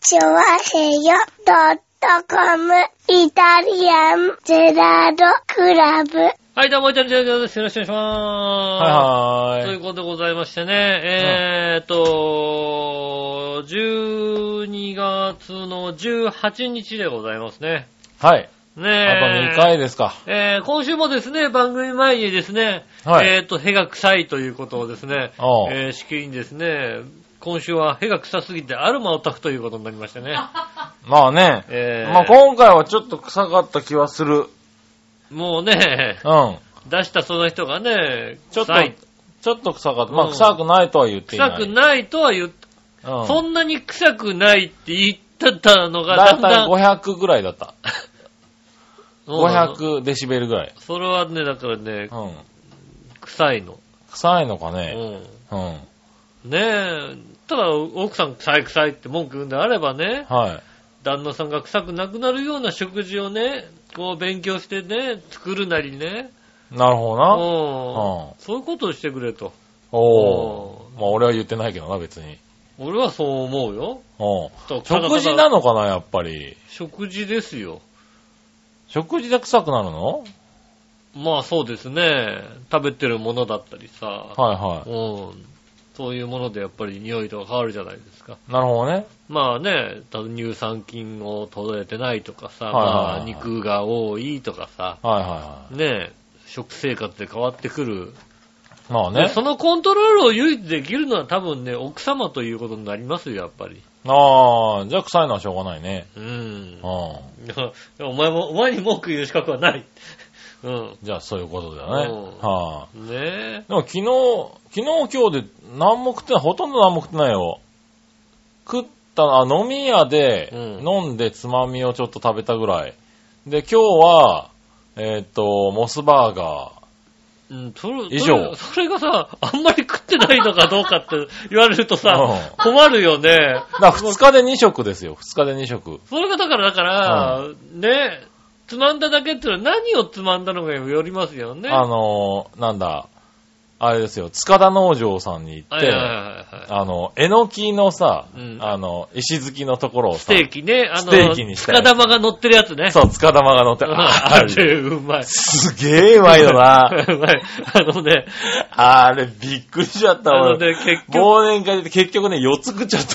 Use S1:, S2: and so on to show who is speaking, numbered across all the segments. S1: チョワヘヨドットコムイタリアンゼラードクラブ。
S2: はい、どうも、イタリアンジェラです。よろしくお願いしま
S3: は
S2: す。と
S3: いは
S2: い。
S3: いう
S2: ことでございましてね、えーっと、12月の18日でございますね。
S3: はい。
S2: ね
S3: あ
S2: え。
S3: と2回ですか。
S2: えー今週もですね、番組前にですね、
S3: はい
S2: えーっと、屁が臭いということをですね、
S3: おう
S2: えー、しきりにですね、今週は屁が臭すぎてアルマを炊くということになりまして ね。
S3: まあね。
S2: えー
S3: まあ今回はちょっと臭かった気はする。
S2: もうね、
S3: うん。
S2: 出したその人がね、
S3: ちょっと
S2: 臭い、
S3: ちょっと臭かった。ま
S2: う
S3: あ
S2: ん
S3: 臭くないとは言っていない。
S2: 臭くないとは言って、
S3: うん。
S2: そんなに臭くないって言ってたのが、
S3: だ
S2: だ
S3: い
S2: ん
S3: た
S2: だ
S3: い
S2: ん、
S3: 500ぐらいだった。
S2: そうなの。
S3: 500デシベルぐらい。
S2: それはね、だからね
S3: う、ん。
S2: 臭いの。
S3: 臭いのか
S2: う
S3: ね。
S2: ん。
S3: うん。
S2: ねえ、ただ、奥さん臭い臭いって文句言うんであればね、
S3: はい。
S2: 旦那さんが臭くなくなるような食事をね、こう勉強してね、作るなりね、
S3: なるほど
S2: うん
S3: な。うん
S2: そういうことをしてくれと。
S3: お
S2: う
S3: ー。まあ俺は言ってないけどな、別に。
S2: 俺はそう思うよ。
S3: うん。
S2: ただ
S3: 食事なのかな、やっぱり。
S2: 食事ですよ。
S3: 食事で臭くなるの
S2: まあそうですね。食べてるものだったりさ、
S3: はいは
S2: うん。そういうものでやっぱり匂いとか変わるじゃないですか。
S3: い。なるほどね。
S2: まあね、多分乳酸菌を届いてないとかさ、
S3: はいはいはい
S2: まあ肉が多いとかさ、
S3: はいは
S2: ねえ、食生活で変わってくる。
S3: いはい。まあ
S2: ね、
S3: ね。
S2: そのコントロールを唯一できるのは多分ね、奥様ということになりますよ、やっぱり。
S3: ああ、じゃあ臭いのはしょうがないね。
S2: うん
S3: う。ん。
S2: いやお前も、お前に文句言う資格はない。 うん。
S3: じゃあそういうことだよね。
S2: うん
S3: はあ。
S2: ねえ。
S3: でも昨日、昨日今日で何も食ってない、ほとんど何も食ってないよ。食ったの、あ、飲み屋で、
S2: うん
S3: 飲んでつまみをちょっと食べたぐらい。で、今日は、えーっと、モスバーガ
S2: うん、それ、
S3: 以
S2: それ
S3: 上
S2: それがさ、あんまり食ってないのかどうかって言われるとさ
S3: う、
S2: 困るよね。
S3: ー。だ2日で2食ですよ。2日で2食。
S2: それがだから、だから、ね、つまんだだけっていうのは何をつまんだのかによりますよね。
S3: あのー、なんだ、あれですよ、塚田農場さんに行っ
S2: はい
S3: て、
S2: はいはいは
S3: あの、えのきのさ、
S2: うん
S3: あの、石突きのところ
S2: い。
S3: をさ、
S2: ステーキね、あの、
S3: ステーキにしたやつ
S2: 塚玉が乗ってるやつね。
S3: そう、塚玉が乗って、
S2: うん。
S3: あ
S2: あ
S3: れ、
S2: れ、うまい。
S3: すげえうまいよな。
S2: うまい。あのね、
S3: あれ、びっくりしちゃった
S2: あの
S3: わ。
S2: ね、結局、
S3: 忘年会で結局ね、4つ食っち ゃった。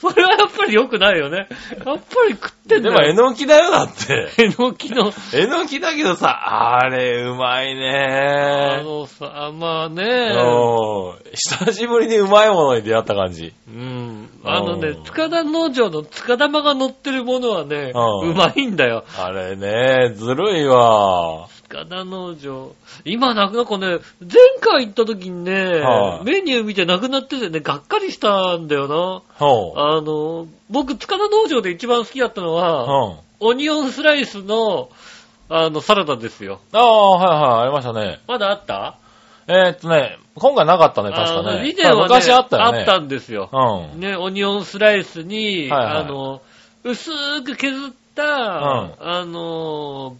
S2: それはやっぱり良くないよね。やっぱり食ってん
S3: で
S2: だ
S3: も、え
S2: よ。
S3: のきだよ、だって。
S2: えのきの、
S3: えのきだけどさ、あれ、うまい
S2: あ
S3: ね。
S2: のさ、まあね、
S3: うん久しぶりにうまいものに出会った感じ。
S2: うん。あのね
S3: う、ん
S2: 塚田農場の塚玉が乗ってるものはね、
S3: う
S2: うんまいんだよ。
S3: あれね、ずるいわ。
S2: 塚田農場。今なくな、これね、前回行った時にね
S3: は、い
S2: メニュー見てなくなっててね、がっかりしたんだよ
S3: ほう。
S2: な。あの、僕、塚田農場で一番好きだったのは、
S3: うん。
S2: オニオンスライスの、あの、サラダですよ。
S3: ああ、はいはい、ありましたね。
S2: まだあった
S3: えーっとね、今回なかったね、
S2: あ
S3: 確か
S2: の
S3: ね。
S2: 以前はね、
S3: まあ昔あったよね。
S2: あったんですよ。
S3: うん。
S2: ね、オニオンスライスに、
S3: はいはい
S2: あの、薄く削った、あの、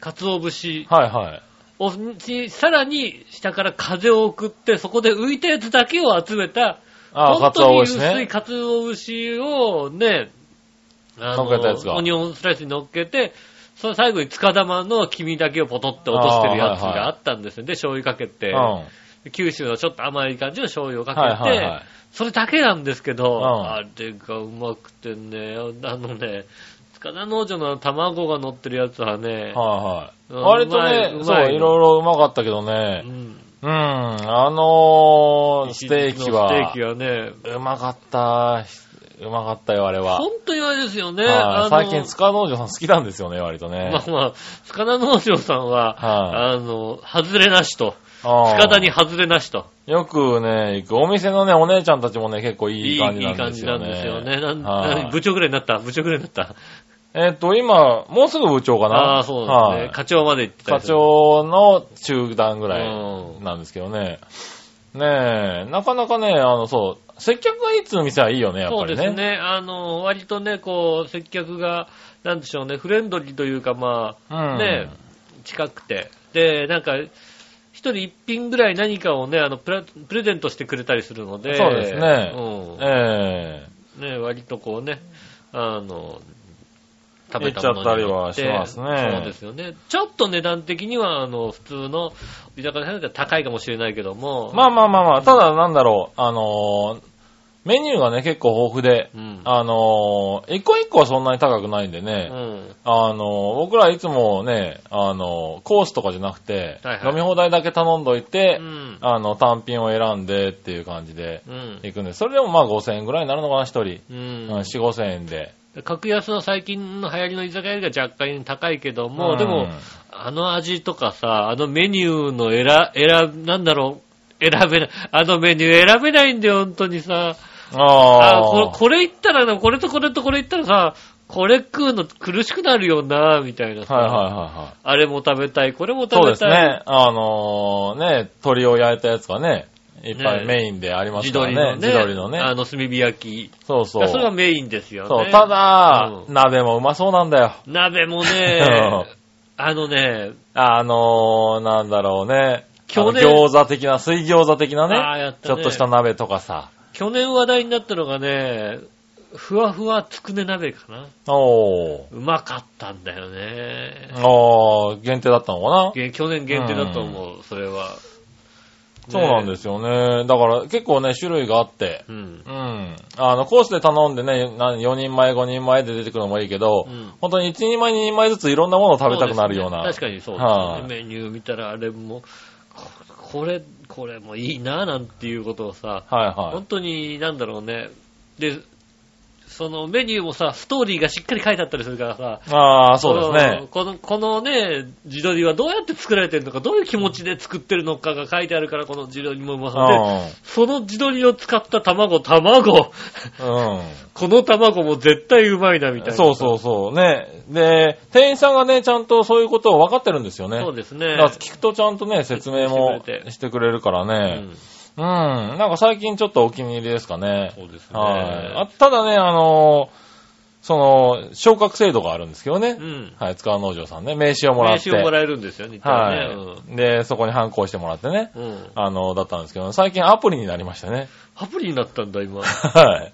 S2: 鰹節
S3: はいはい。
S2: を、しさらに下から風を送って、そこで浮いたやつだけを集めた、
S3: ああ、
S2: 本
S3: カツオ
S2: 当に
S3: 美味しい
S2: 薄い
S3: ね。
S2: 鰹節をね、あ
S3: 乗っけたやつが
S2: オニオンスライスに乗っけて、その最後に塚玉の黄身だけをポトって落としてるやつ
S3: あーはいはい
S2: があったんですよね。で、醤油かけて、
S3: うん。はい
S2: 九州のちょっと甘い感じの醤油をかけて、
S3: はいはい。
S2: それだけなんですけど、
S3: うん
S2: あれがうまくてね、あのね、塚田農場の卵が乗ってるやつはね、
S3: はいはい。
S2: うん
S3: 割と
S2: うまいうまい
S3: ね、そう、いろいろうまかったけどね
S2: う。ん、
S3: うん、あのー、ステーキは、
S2: ステーキはね、
S3: うまかった。うまかったよ、あれは。
S2: 本当にあれですよね、
S3: はい
S2: あの
S3: 最近、塚農場さん好きなんですよね、割とね。
S2: まあまあ、塚田農場さんは、
S3: は
S2: あの、外れなしと、
S3: うん
S2: 塚田に外れなしと、
S3: よくね、行くお店のね、お姉ちゃんたちもね、結構いい感じ
S2: い
S3: ないん
S2: 感
S3: で
S2: じ
S3: す
S2: な
S3: よ
S2: ん
S3: ね。
S2: ですよね。なん
S3: はい
S2: なん部長ぐらいになった部長ぐらいになった。
S3: えっ、と、今、もうすぐ部長かな。
S2: ああー、そうなんですね。
S3: はい
S2: 課長まで行ってた
S3: 課
S2: りする
S3: 長の中段ぐ
S2: う
S3: らい
S2: ん
S3: なんですけどね。ねえ、なかなかね、あの、そう、接客がいいっつう店はいいよね、やっ
S2: そ
S3: ぱ
S2: うで
S3: りね。
S2: すね。あの、割とね、こう、接客が、なんでしょうね、フレンドリーというか、ま
S3: う
S2: あ、
S3: ん。
S2: ね、近くて。で、なんか、一人一品ぐらい何かをね、あの、プラプレゼントしてくれたりするので。
S3: そうですね
S2: うん。
S3: ええ
S2: ね、割とこうね、あの、食
S3: 行っ
S2: べ
S3: ち
S2: た
S3: ゃ
S2: も
S3: った
S2: の
S3: り
S2: によ
S3: は
S2: っ
S3: しててますね
S2: そうですよね。ちょっと値段的には、あの、普通の居酒屋さんよりは高いかもしれないけども、
S3: まあまあまあまあ、ただなんだろう、あのーメニューがね、結構豊富で、
S2: うん。
S3: あのー一個一個はそんなに高くないんでね、
S2: うん。
S3: あのー僕らいつもね、あのーコースとかじゃなくて、
S2: はいはい
S3: 飲み放題だけ頼んどいて、
S2: うん。
S3: あの、単品を選んでっていう感じで
S2: うん。
S3: 行くんで、それでもまあ5000円ぐらいになるのかな、一人。
S2: う
S3: うんん、4、5000円で。
S2: 格安の最近の流行りの居酒屋よりが若干高いけども、で
S3: う
S2: も
S3: ん、
S2: あの味とかさ、あのメニューの選、選、なんだろう、選べない、あのメニュー選べないんだよ、本当にさ。あ
S3: ああ。
S2: これ、これ言ったらな、これとこれとこれ言ったらさ、これ食うの苦しくなるよな、みたいなさ。
S3: はいはいはいはい。
S2: あれも食べたい、これも食べたい。
S3: そうですね。あのーね、鳥を焼いたやつがね、いっぱ
S2: ね
S3: いメインであります
S2: 自
S3: か
S2: 撮
S3: ら
S2: り
S3: ね。
S2: のね。
S3: 自撮りのね。
S2: あの、炭火焼き。
S3: そうそ。
S2: そうれがメインですよね。
S3: そう、ただ、
S2: うん
S3: 鍋もうまそうなんだよ。
S2: 鍋もね
S3: うん、
S2: あのね、
S3: あのーなんだろうね。
S2: 去年
S3: あの餃子的な、水餃子的な
S2: あーや
S3: ね
S2: った
S3: ちょ
S2: ね
S3: っとした鍋とかさ。
S2: 去年話題になったのがね、ふわふわつくね鍋かな。
S3: おー。
S2: うまかったんだよね。
S3: あー、限定だったのかな
S2: げ去年限定だと思う、それは。。
S3: そうなんですすよね。だから結構ね、種類があって。
S2: うん
S3: う。ん。あの、コースで頼んでね、な4人前、5人前で出てくるのもいいけど、
S2: うん
S3: 本当に1人前、2人前ずついろんなものを食べたくなるような。
S2: そうですね確かにそう
S3: は
S2: です
S3: い
S2: ね。メニュー見たらあれも、ここれ、これもいいなぁなんていうことをさ、
S3: はいは
S2: 本当になんだろうね。で、そのメニューもさ、ストーリーがしっかり書いてあったりするからさ、
S3: い。ああ、そうですね。
S2: この、このね、自撮りはどうやって作られてるのか、どういう気持ちで作ってるのかが書いてあるから、この自撮りもうまそうで、
S3: う
S2: その自撮りを使った卵、卵、
S3: ん。
S2: この卵も絶対うまいな、みたい
S3: うん。
S2: な。
S3: そうそうそう。ね。で、店員さんがね、ちゃんとそういうことを分かってるんですよね。
S2: そうですね
S3: だから。聞くとちゃんとね、説明も
S2: 説明してくれて
S3: してくれるから
S2: う
S3: ね。
S2: ん
S3: うん。なんか最近ちょっとお気に入りですかね。
S2: そうですね。
S3: はい。あただね、あのーその、昇格制度があるんですけどね。
S2: うん。
S3: はい、塚川農場さんね、名刺をもら
S2: 名
S3: って。
S2: 刺をもらえるんですよね、一旦ね
S3: はい、で、そこに反抗してもらってね。
S2: うん。うん。
S3: あの、だったんですけど、最近アプリになりましたね。
S2: アプリになったんだ、今。
S3: はい。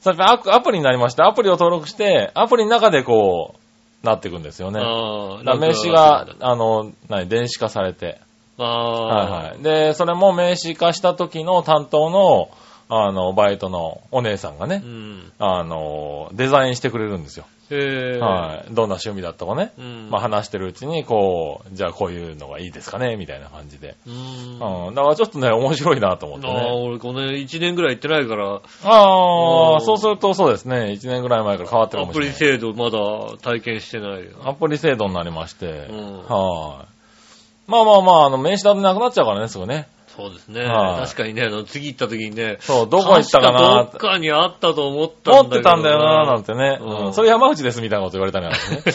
S3: 最近アクアプリになりまして、アプリを登録して、アプリの中でこう、なっていくんですよね。
S2: ああ、
S3: だから名刺
S2: ランク
S3: が、あの、何、電子化されて。
S2: ああ、
S3: はいはい。で、それも名刺化した時の担当の、あの、バイトのお姉さんがね、
S2: うん。
S3: あの、デザインしてくれるんですよ。
S2: へえ。
S3: はい。どんな趣味だとかね。
S2: うん。
S3: まあ話してるうちに、こう、じゃあこういうのがいいですかねみたいな感じで。
S2: うん。
S3: うん。だからちょっとね、面白いなと思って
S2: ああ、
S3: ね。
S2: 俺この1年ぐらい行ってないから、
S3: あ
S2: うん
S3: あー、そうするとそうですね、1年ぐらい前から変わってるか
S2: ア
S3: もし
S2: プ
S3: れ
S2: リ
S3: ない。
S2: 制度まだ体験してないよ。
S3: アプリ制度になりまして、
S2: うん
S3: はい。まあまあまあ、あの、名刺だとなくなっちゃうからね、すぐね。
S2: そうですね。
S3: はい
S2: 確かにね、あの、次行った時にね、
S3: そう、どこ行ったかな
S2: 確どっかにあったと思ったんだ
S3: 持っ
S2: けど。
S3: てたんだよななんてね。
S2: うん
S3: うんそれ山口ですみたいなこと言われたのよね。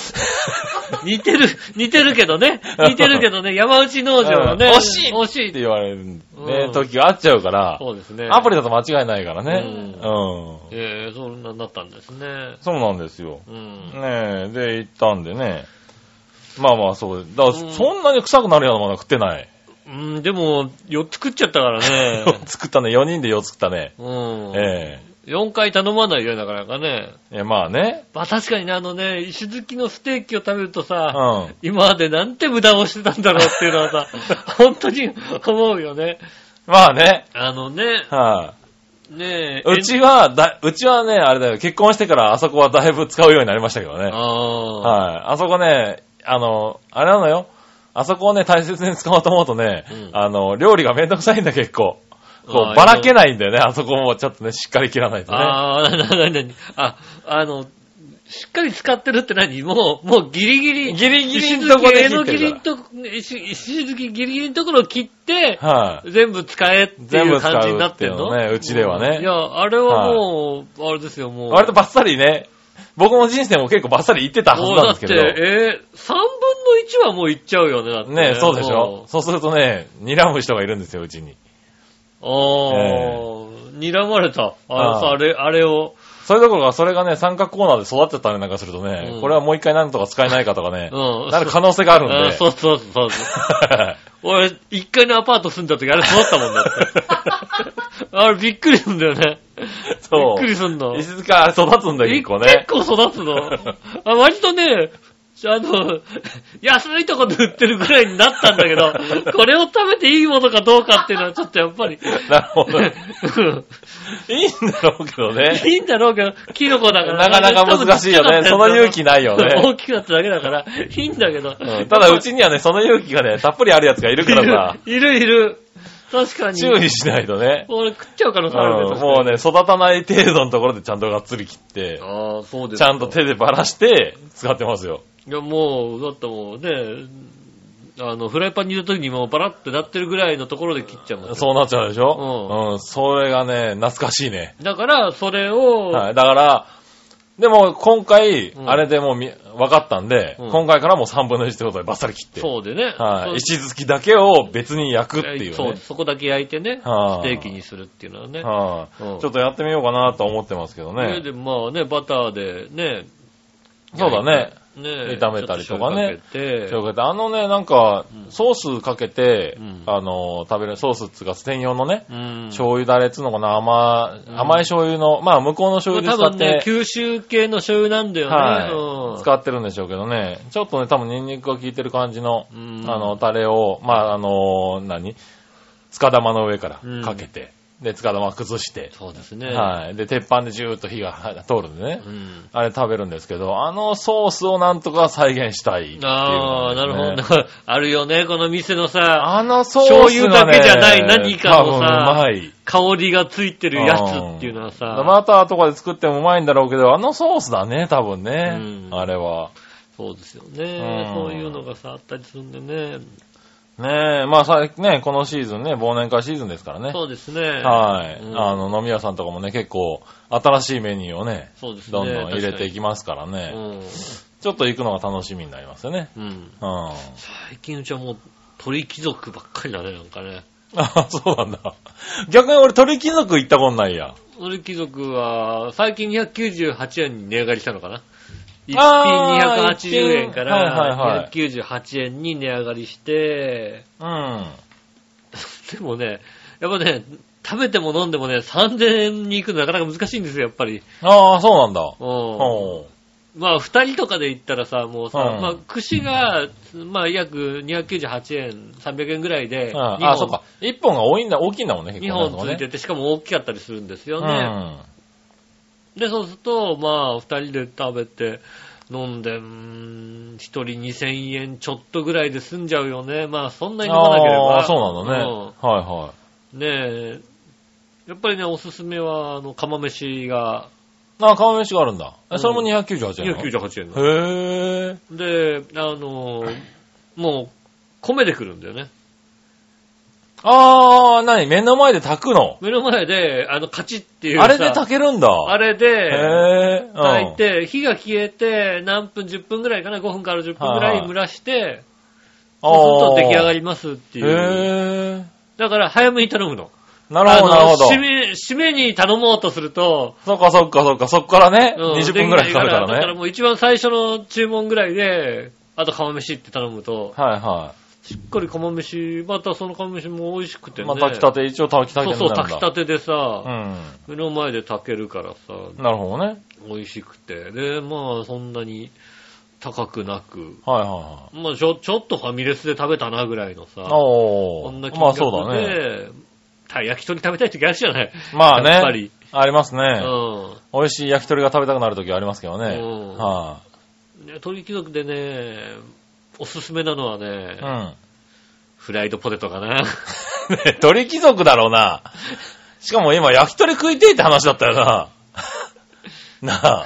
S2: 似てる、似てるけどね。似てるけどね、山内農場はね。
S3: うん惜しい
S2: 惜しい
S3: って言われるね、
S2: うん
S3: 時があっちゃうから、
S2: そうですね。
S3: アプリだと間違いないからね。
S2: う
S3: うん。
S2: ええそんなになったんですね。
S3: そうなんですよ。
S2: うん。
S3: ねえ、で、行ったんでね。まあまあ、そう。だから、
S2: うん
S3: そんなに臭くなるようなものは食ってない。
S2: うん、でも、4つ食っちゃったからね。
S3: 作ったね。4人で4作ったね。
S2: うん。
S3: え
S2: 4回頼まないよ、なかなかね。
S3: えいや、まあね。
S2: まあ確かにね、あのね、石突きのステーキを食べると
S3: う
S2: さ、
S3: ん。
S2: 今までなんて無駄をしてたんだろうっていうのは さ、本当に思うよね。
S3: まあね。
S2: あのね、
S3: は
S2: ねえ
S3: い、。うちは、だ、うちはね、あれだよ。結婚してからあそこはだいぶ使うようになりましたけど
S2: え
S3: ね。
S2: ん
S3: はい、
S2: ああ、
S3: あそこね、あの、あれなのよ。あそこをね、大切に使おうと思うとね、
S2: うん
S3: あの、料理がめんどくさいんだ、結構。こ
S2: あー
S3: う、ばらけないんだよね。あそこもちょっとね、しっかり切らないとね。
S2: ああ、な、な、な、な、あ、あの、しっかり使ってるって何もう、もうギリギリ。
S3: ギリギリ
S2: の
S3: のとこで
S2: のギ
S3: 切
S2: リ
S3: って
S2: の
S3: る
S2: とこ、石石突きギリギリのところを切って、
S3: はい、
S2: 全部使えって
S3: 全
S2: いう
S3: 部使
S2: 感じにな
S3: う
S2: っ
S3: っててい
S2: ん
S3: う
S2: の
S3: のね、うちではね。
S2: いや、あれはもう、あれですよ、もう。
S3: 割とバッサリね、僕の人生も結構バッサリ言ってたはず
S2: もう
S3: なん
S2: だ
S3: で
S2: っ
S3: す
S2: て、
S3: けど。
S2: えー、3分の1はもういっちゃうよね、だって、
S3: ねそうでしょそうするとね、睨む人がいるんですよ、うちに。
S2: もうあー、睨まれた。あのさ、
S3: あー
S2: あれ、あれを。
S3: それどころか、それがね、三角コーナーで育っちゃったりなんかするとね、
S2: うん
S3: これはもう一回何とか使えないかとかね、
S2: うん
S3: なる可能性があるん
S2: あー
S3: で。
S2: そうそうそうそう。俺、1階のアパート住んだ時あれそうだったもんだって。あれびっくりすんだよね。びっ
S3: そ
S2: くりすんの。
S3: う。石塚育つんだよ、
S2: え
S3: 結構ね。
S2: 結構育つ の。あ割とね、あの、安いとこで売ってるぐらいになったんだけ ど、これを食べていいものかどうかっていうのはちょっとやっぱり、
S3: なるほど。
S2: う
S3: い
S2: ん
S3: いんだろうけどね。
S2: いいんだろうけど、キノコだから。
S3: なかなか難しいよね。その勇気ないよね。
S2: 大きくなっただけだから、いいんだけど。
S3: うんただ、うちにはね、その勇気がね、たっぷりあるやつがいるからさ、
S2: いるいるいる。確かに。
S3: 注意しないとね。
S2: 俺食っちゃう可能
S3: うん
S2: 性あるね。
S3: もうね、育たない程度のところでちゃんとがっつり切って、
S2: ああ、そうです
S3: ちゃんと手でばらして使ってますよ。
S2: いや、もう、だってもうね、あの、フライパンに入れるときにもうバラってなってるぐらいのところで切っちゃうもん。
S3: そうなっちゃうでし
S2: う
S3: ょうん。それがね、懐かしいね。
S2: だから、それを、
S3: はい。だから、でも今回、
S2: うん
S3: あれでもうみ分かったんで、
S2: うん
S3: 今回からもう3分の1ってことでバッサリ切って。
S2: そうでね。
S3: はい。
S2: そ
S3: 石突きだけを別に焼くっていう
S2: そう、
S3: ね。
S2: そこだけ焼いてね、
S3: は
S2: ス
S3: い
S2: テーキにするっていうのはね。
S3: はい、
S2: うん
S3: ちょっとやってみようかなと思ってますけど
S2: それ
S3: ね。
S2: で、まあね、バターでね、
S3: そうだね。
S2: ね
S3: 炒めたり
S2: ちょっ
S3: とかね。
S2: と醤油
S3: という
S2: かけて
S3: ことであのね、なんか
S2: う、ん
S3: ソースかけて、
S2: うん
S3: あの、食べる、ソースっつうか専用のね、
S2: うん。
S3: 醤油だれっつうのかな、甘い、
S2: うん
S3: 甘い醤油の、まあ向こうの醤油で使
S2: 多
S3: っ
S2: 分
S3: て
S2: ね、、九州系の醤油なんだよね。
S3: はい、
S2: うん
S3: 使ってるんでしょうけどね。ちょっとね、多分ニンニクが効いてる感じの、
S2: うん
S3: あの、タレを、まあ、あの、何塚玉の上から
S2: うん
S3: かけて、で、塚玉崩して、
S2: そうですね。
S3: はい。で、鉄板でジューッと火がは通るんでね、
S2: うん。
S3: あれ食べるんですけど、あのソースをなんとか再現したいっていうの
S2: ああ、
S3: がね、
S2: なるほどね。 あるよね、この店のさ、
S3: あのソースが、ね、
S2: 醤油だけじゃない何かのさ
S3: 多分うまい。
S2: 香りがついてるやつっていうのはさ、
S3: バターとかで作ってもうまいんだろうけど、あのソースだね、多分ね。
S2: うん
S3: あれは。
S2: そうですよね
S3: う。ん
S2: そういうのがさ、あったりするんでね。
S3: ねえ、まあさ、ね、このシーズンね、忘年会シーズンですからね。
S2: そうですね。
S3: はい、
S2: うん
S3: あの、飲み屋さんとかもね、結構、新しいメニューをね、
S2: そうですね。
S3: どんどん入れていきますから
S2: 確
S3: ね。
S2: かに
S3: ちょっと行くのが楽しみになりますよね。
S2: うん。うん。
S3: うん。 あ
S2: 最近うちはもう、鳥貴族ばっかりだね、なんかね。
S3: そうなんだ。逆に俺、鳥貴族行ったことないや。
S2: 鳥貴族は、最近298円に値上がりしたのかな一
S3: あ
S2: 品
S3: ー
S2: 280円から、
S3: はいはいはい
S2: 298円に値上がりして、
S3: うん。
S2: でもね、やっぱね、食べても飲んでもね、3000円に行くのなかなか難しいんですよ、やっぱり。
S3: ああ、そうなんだ。
S2: うん
S3: おう
S2: まあ、二人とかで行ったらさ、もうさ、
S3: うん
S2: まあ、串が、まあ、約298円、300円ぐらいで、
S3: うんああ、そっか。一本が多いんだ、大きいんだもんね、結
S2: 2
S3: 構ね。
S2: 本ついてて、しかも大きかったりするんです
S3: そ
S2: よ
S3: こ
S2: ね。
S3: ね。
S2: で、そうすると、まあ、二人で食べて、飲んで、うーん、一人2000円ちょっとぐらいで済んじゃうよね。まあ、そんな
S3: うん。
S2: に飲まなければ。
S3: ああ、そうなんだね。はいはい。
S2: うんねえ。やっぱりね、おすすめは、あの、釜飯が
S3: ああ、釜飯があるんだ。
S2: う
S3: え、
S2: ん
S3: それも298円なの
S2: 298円なの
S3: へえ。
S2: で、あのー、もう、米で来るんだよね。
S3: ああ、なに、目の前で炊くの。
S2: 目の前で、あの、カチッっていうさ
S3: あれで炊けるんだ。
S2: あれ
S3: へ
S2: で、
S3: え。うん
S2: 炊いて、火が消えて、何分、10分ぐらいかな、5分から10分ぐら
S3: はいい
S2: 蒸らして、
S3: あ
S2: そうすると出来上が
S3: りっ
S2: りますって
S3: て
S2: いう。
S3: へえ。
S2: だから、早めに頼むの。
S3: なるほど、なるほど
S2: あの。締め、締めに頼もうとすると、
S3: そっかそっかそっか、そっからね、
S2: うん
S3: 20分くらいかかるか
S2: できないだからら
S3: ね。
S2: もう一番最初の注文ぐらいで、あと釜飯って頼むと、
S3: はいは
S2: しっかり釜飯、またその釜飯も美味しくて
S3: い。
S2: ね。
S3: まあ、炊きたて、一応炊きたて
S2: そうそ
S3: に
S2: う、
S3: な
S2: 炊
S3: るん
S2: き
S3: だ。
S2: たてでさ、
S3: うん。
S2: 目の前で炊けるからさ、
S3: なるほどね。
S2: 美味しくて。で、まあ、そんなに高くなく、
S3: はいはいは
S2: まあ、ちょ、ちょっとファミレスで食べたなぐらいの
S3: い。
S2: さ、
S3: お
S2: こんな
S3: ー。
S2: 金
S3: まあ
S2: 額で、
S3: そうだね。
S2: た焼き鳥食べたい時あるじゃない。
S3: まあ
S2: やっぱり
S3: ね。あります
S2: う
S3: ね。
S2: ん。
S3: 美味しい焼き鳥が食べたくなる時ありますけどね。
S2: うん
S3: は
S2: ね鳥貴族でね、おすすめなのはね
S3: い。、うん。
S2: フライドポテトかな。
S3: ね鳥貴族だろうな。しかも今、焼き鳥食いてえって話だったよな。 なあ。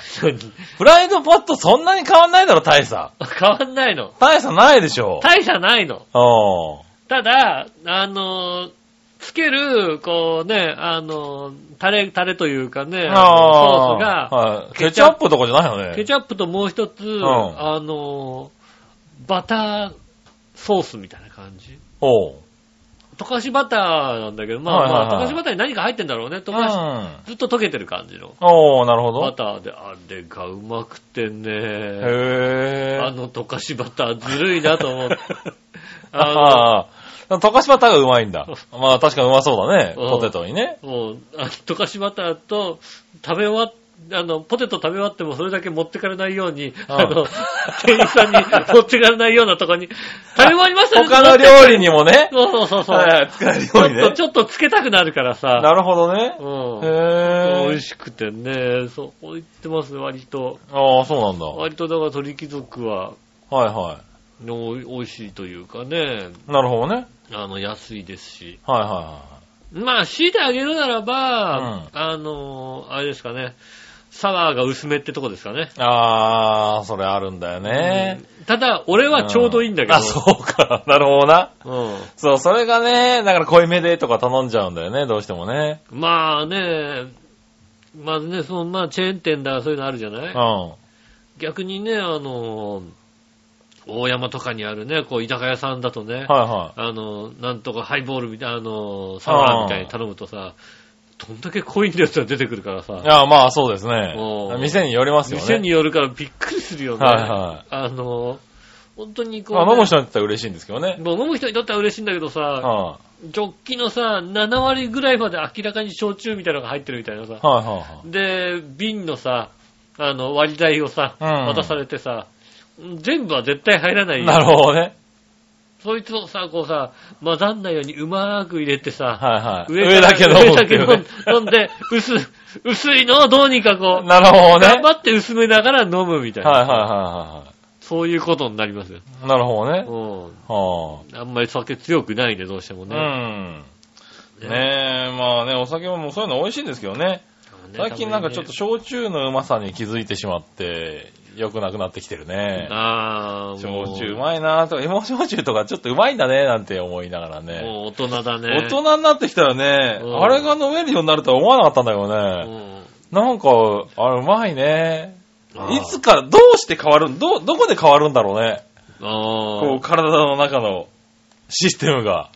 S3: フライドポットそんなに変わんないだろ、大差。
S2: 変わんないの。
S3: 大差ないでしょ。
S2: 大差ないの。
S3: お
S2: ただ、あのーつける、こうね、あのータレ、タレというかね、ソースが、
S3: はい。
S2: ケ
S3: ケ
S2: チ
S3: チ
S2: ャ
S3: ャ
S2: ッ
S3: ップとかじゃないよね。
S2: ケチャップともう一つ、
S3: ん
S2: あのーバターソースみたいな感じ。
S3: おう。
S2: 溶かしバターなんだけど、まあ
S3: はいはい
S2: ま
S3: はい
S2: あ、溶かしバターに何か入ってんだろうね。
S3: う
S2: 溶かし、
S3: ん。
S2: ずっと溶けてる感じの。
S3: おう、なるほ
S2: バ
S3: ど。
S2: ターで、あれがうまくてね、
S3: へ
S2: あ
S3: ぇー。
S2: の溶かしバターずるいなと思って。あの
S3: ああ。溶かしバターがうまいんだ。まあ確かにうまそうだね。
S2: うん
S3: ポテトにね。
S2: もう、あの溶かしバターと、食べ終わっあの、ポテト食べ終わってもそれだけ持ってかれないように、あの、店員さんに 持ってかれないようなとこに、食べ終わりましたね
S3: 他の料理にもね。
S2: そうそうそうそう。
S3: はいはい、使える
S2: ちょ
S3: よう
S2: っ
S3: に
S2: と、
S3: ね。
S2: ちょっとつけたくなるからさ。
S3: なるほどね
S2: う。ん。
S3: へ
S2: 美
S3: ぇ
S2: 味しくてね、そう言ってますね、割と。
S3: ああ、そうなんだ。はい
S2: 割とだから鳥貴族は、
S3: は
S2: の美味しいというかね、
S3: い。なるほどね。
S2: あの、安いですし。
S3: はいは
S2: まあ、強いてあげるならば、
S3: うん
S2: あの、あれですかね、サワーが薄めってとこですかね。
S3: いはい。ああ、それあるんだよね。
S2: うんただ、俺はちょうどいいんだけど。
S3: あ、そうか。なるほどな。
S2: うん。
S3: そう、それがね、だから濃いめでとか頼んじゃうんだよね、どうしてもね。
S2: まあね、まずね、その、まあ、チェーン店だ、そういうのあるじゃな
S3: う
S2: い
S3: ん。は
S2: 逆にね、あの、大山とかにあるね、こう、居酒屋さんだとね、
S3: いは
S2: あの、なんとかハイボールみたいな、あの、サワーみたいに頼むとさ、どんだけ濃いんだよって出てくるから
S3: い。
S2: さ
S3: い、や、まあそうですね
S2: う。ん
S3: 店によりますよね。
S2: 店によるからびっくりするよね。
S3: はいはい。
S2: あの、本当にこう
S3: ま
S2: ね、
S3: あ飲む人にとっては嬉しいんですけどね。
S2: もう飲む人にとっては嬉しいんだけど
S3: うん。
S2: さ、
S3: は
S2: ジョッキのさ、7割ぐらいまで明らかに焼酎みたいなのが入ってるみたいなさ
S3: い、は
S2: で、瓶のさ、あの、割り台をさ、
S3: うん
S2: 渡されてさ、全部は絶対入らない
S3: はい。
S2: よ
S3: なるほどね。
S2: そいつをさ、こうさ、混ざんないようにうまーく入れてさ、
S3: はいはい。
S2: 上
S3: 上
S2: だ
S3: だ
S2: け
S3: け
S2: ど
S3: ど。
S2: 上だけ飲んで、薄、薄いのをどうにかこう、
S3: なるほどね。は
S2: 頑
S3: い
S2: 張って薄めながら飲むみたいな。
S3: はいはいは
S2: そういうことになりますよ。
S3: いはい。なるほどね。
S2: うん。
S3: は
S2: あんまり酒強くないね、どうしても
S3: あ。
S2: ね。
S3: うん。ねえ、まあね、お酒ももうそういうの美味しいんですけどね。最近なんかちょっと焼酎のうまさに気づいてしまって、良くなくなってきてるね。
S2: ああ、もう
S3: 焼酎うまいなとか、芋焼酎とかちょっとうまいんだね、なんて思いながらね。
S2: もう大人だね。
S3: 大人になってきたらね、
S2: うん
S3: あれが飲めるようになるとは思わなかったんだけどね。
S2: うん
S3: なんか、あれ、うまいね。
S2: あー
S3: いつから、どうして変わるど、どこで変わるんだろうね。こう、
S2: あ
S3: 体の中のシステムが。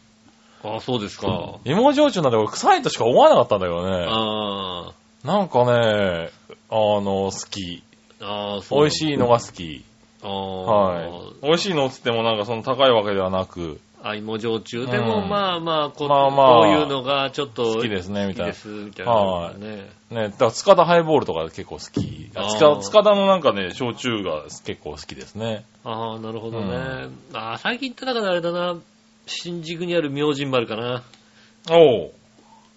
S2: あ、あそうですか。
S3: 芋焼酎なんて俺臭いとしか思わなかったんだけどね。
S2: あー
S3: なんかね、あの、好き。
S2: あー、そう
S3: 美味しいのが好き。
S2: ああ、
S3: はい。美味しいのっつってもなんかその高いわけではなく、
S2: あ、芋焼酎でも、
S3: うん
S2: まあまあこ、
S3: まあまあ
S2: こういうのがちょっと
S3: 好きですね、みたい
S2: で
S3: な。
S2: す、みたいなのがね。
S3: ね、だから塚田ハイボールとか結構好き。
S2: あー
S3: 塚塚田のなんかね、焼酎が結構好きですね。
S2: ああ、なるほどね。
S3: う
S2: ああ、最近行った中であれだな、新宿にある明神丸かな。
S3: おう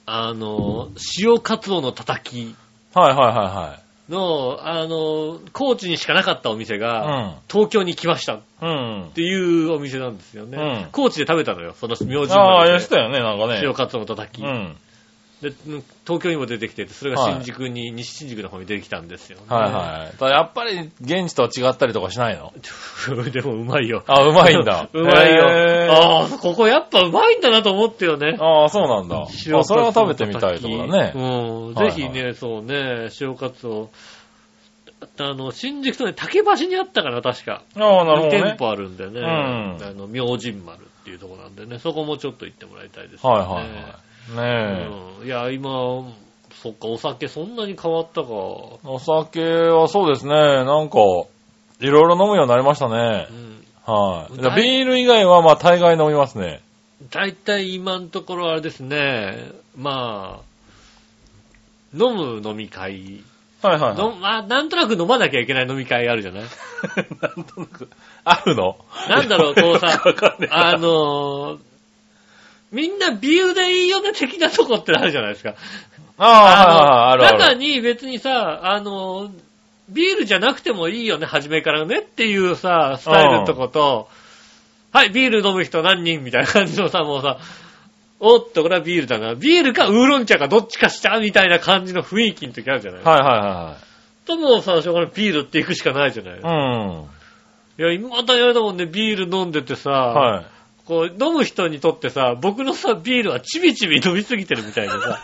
S2: あの、塩カツオのたたき
S3: はいはいは
S2: の、あの、高知にしかなかったお店
S3: い
S2: が、
S3: は
S2: 東京に来ましたっ
S3: い。うん。うん。
S2: ていうお店なんですよね。
S3: うん
S2: 高知で食べたのよ、その明神
S3: ああ、
S2: 丸
S3: や
S2: で
S3: し。たよね、なんかね。
S2: 塩カツオのたたき、
S3: うん。
S2: で、うん東京にも出てきてて、それが新宿に、西新宿の方に出てきたんですよ、ね。
S3: はいはい。ただやっぱり現地とは違ったりとかしないの
S2: でもうまいよ。。
S3: あ、 うまいん だ
S2: うまい
S3: へー
S2: よ。ああ、ここやっぱうまいんだなと思ってよね。
S3: ああ、そうなんだ。
S2: 塩
S3: あそれは食べてみたいとこだね。
S2: ね。うん。
S3: はいは
S2: ぜ
S3: い
S2: ひね、そうね、塩カツオ。あの、新宿とね、竹橋にあったかな、確か。
S3: ああ、なるほど
S2: 2店
S3: ね。
S2: 舗あるんでね。
S3: うん
S2: あの、明神丸っていうとこなんでね、そこもちょっと行ってもらいたいです、ね。
S3: はいはいはい。ねえ。
S2: うん。いや、今、そっか、お酒そんなに変わったか。
S3: お酒はそうですね、なんか、いろいろ飲むようになりましたね
S2: う。ん。
S3: はい。
S2: うま
S3: だ
S2: い
S3: からビール以外はまあ大概飲みますね。
S2: 大体今のところあれですね、まあ、飲む飲み会、
S3: はいは
S2: のまあ、なんとなく飲まなきゃいけない飲み会あるじゃない
S3: なんとなく。あるの
S2: なんだろう、こうさ
S3: わかんねえ、な
S2: あのーみんなビールでいいよね的なとこってあるじゃないですか。
S3: ああ、はい
S2: の
S3: はいはい、あるあ
S2: 中
S3: る。
S2: に別にさ、あのービールじゃなくてもいいよね、初めからねっていうさ、スタイルのとこと、はい、ビール飲む人何人みたいな感じのさ、もうさ、おっと、これはビールだな。ビールかウーロン茶かどっちかしたみたいな感じの雰囲気の時あるじゃない
S3: はいは
S2: ともうさ、しょうがない、ビールって行くしかないじゃない。
S3: いはい。うん。
S2: いや、今またやれたもんね、ビール飲んでてさ、
S3: はい。
S2: こう、飲む人にとってさ、僕のさ、ビールはちびちび飲みすぎてるみたいで さ、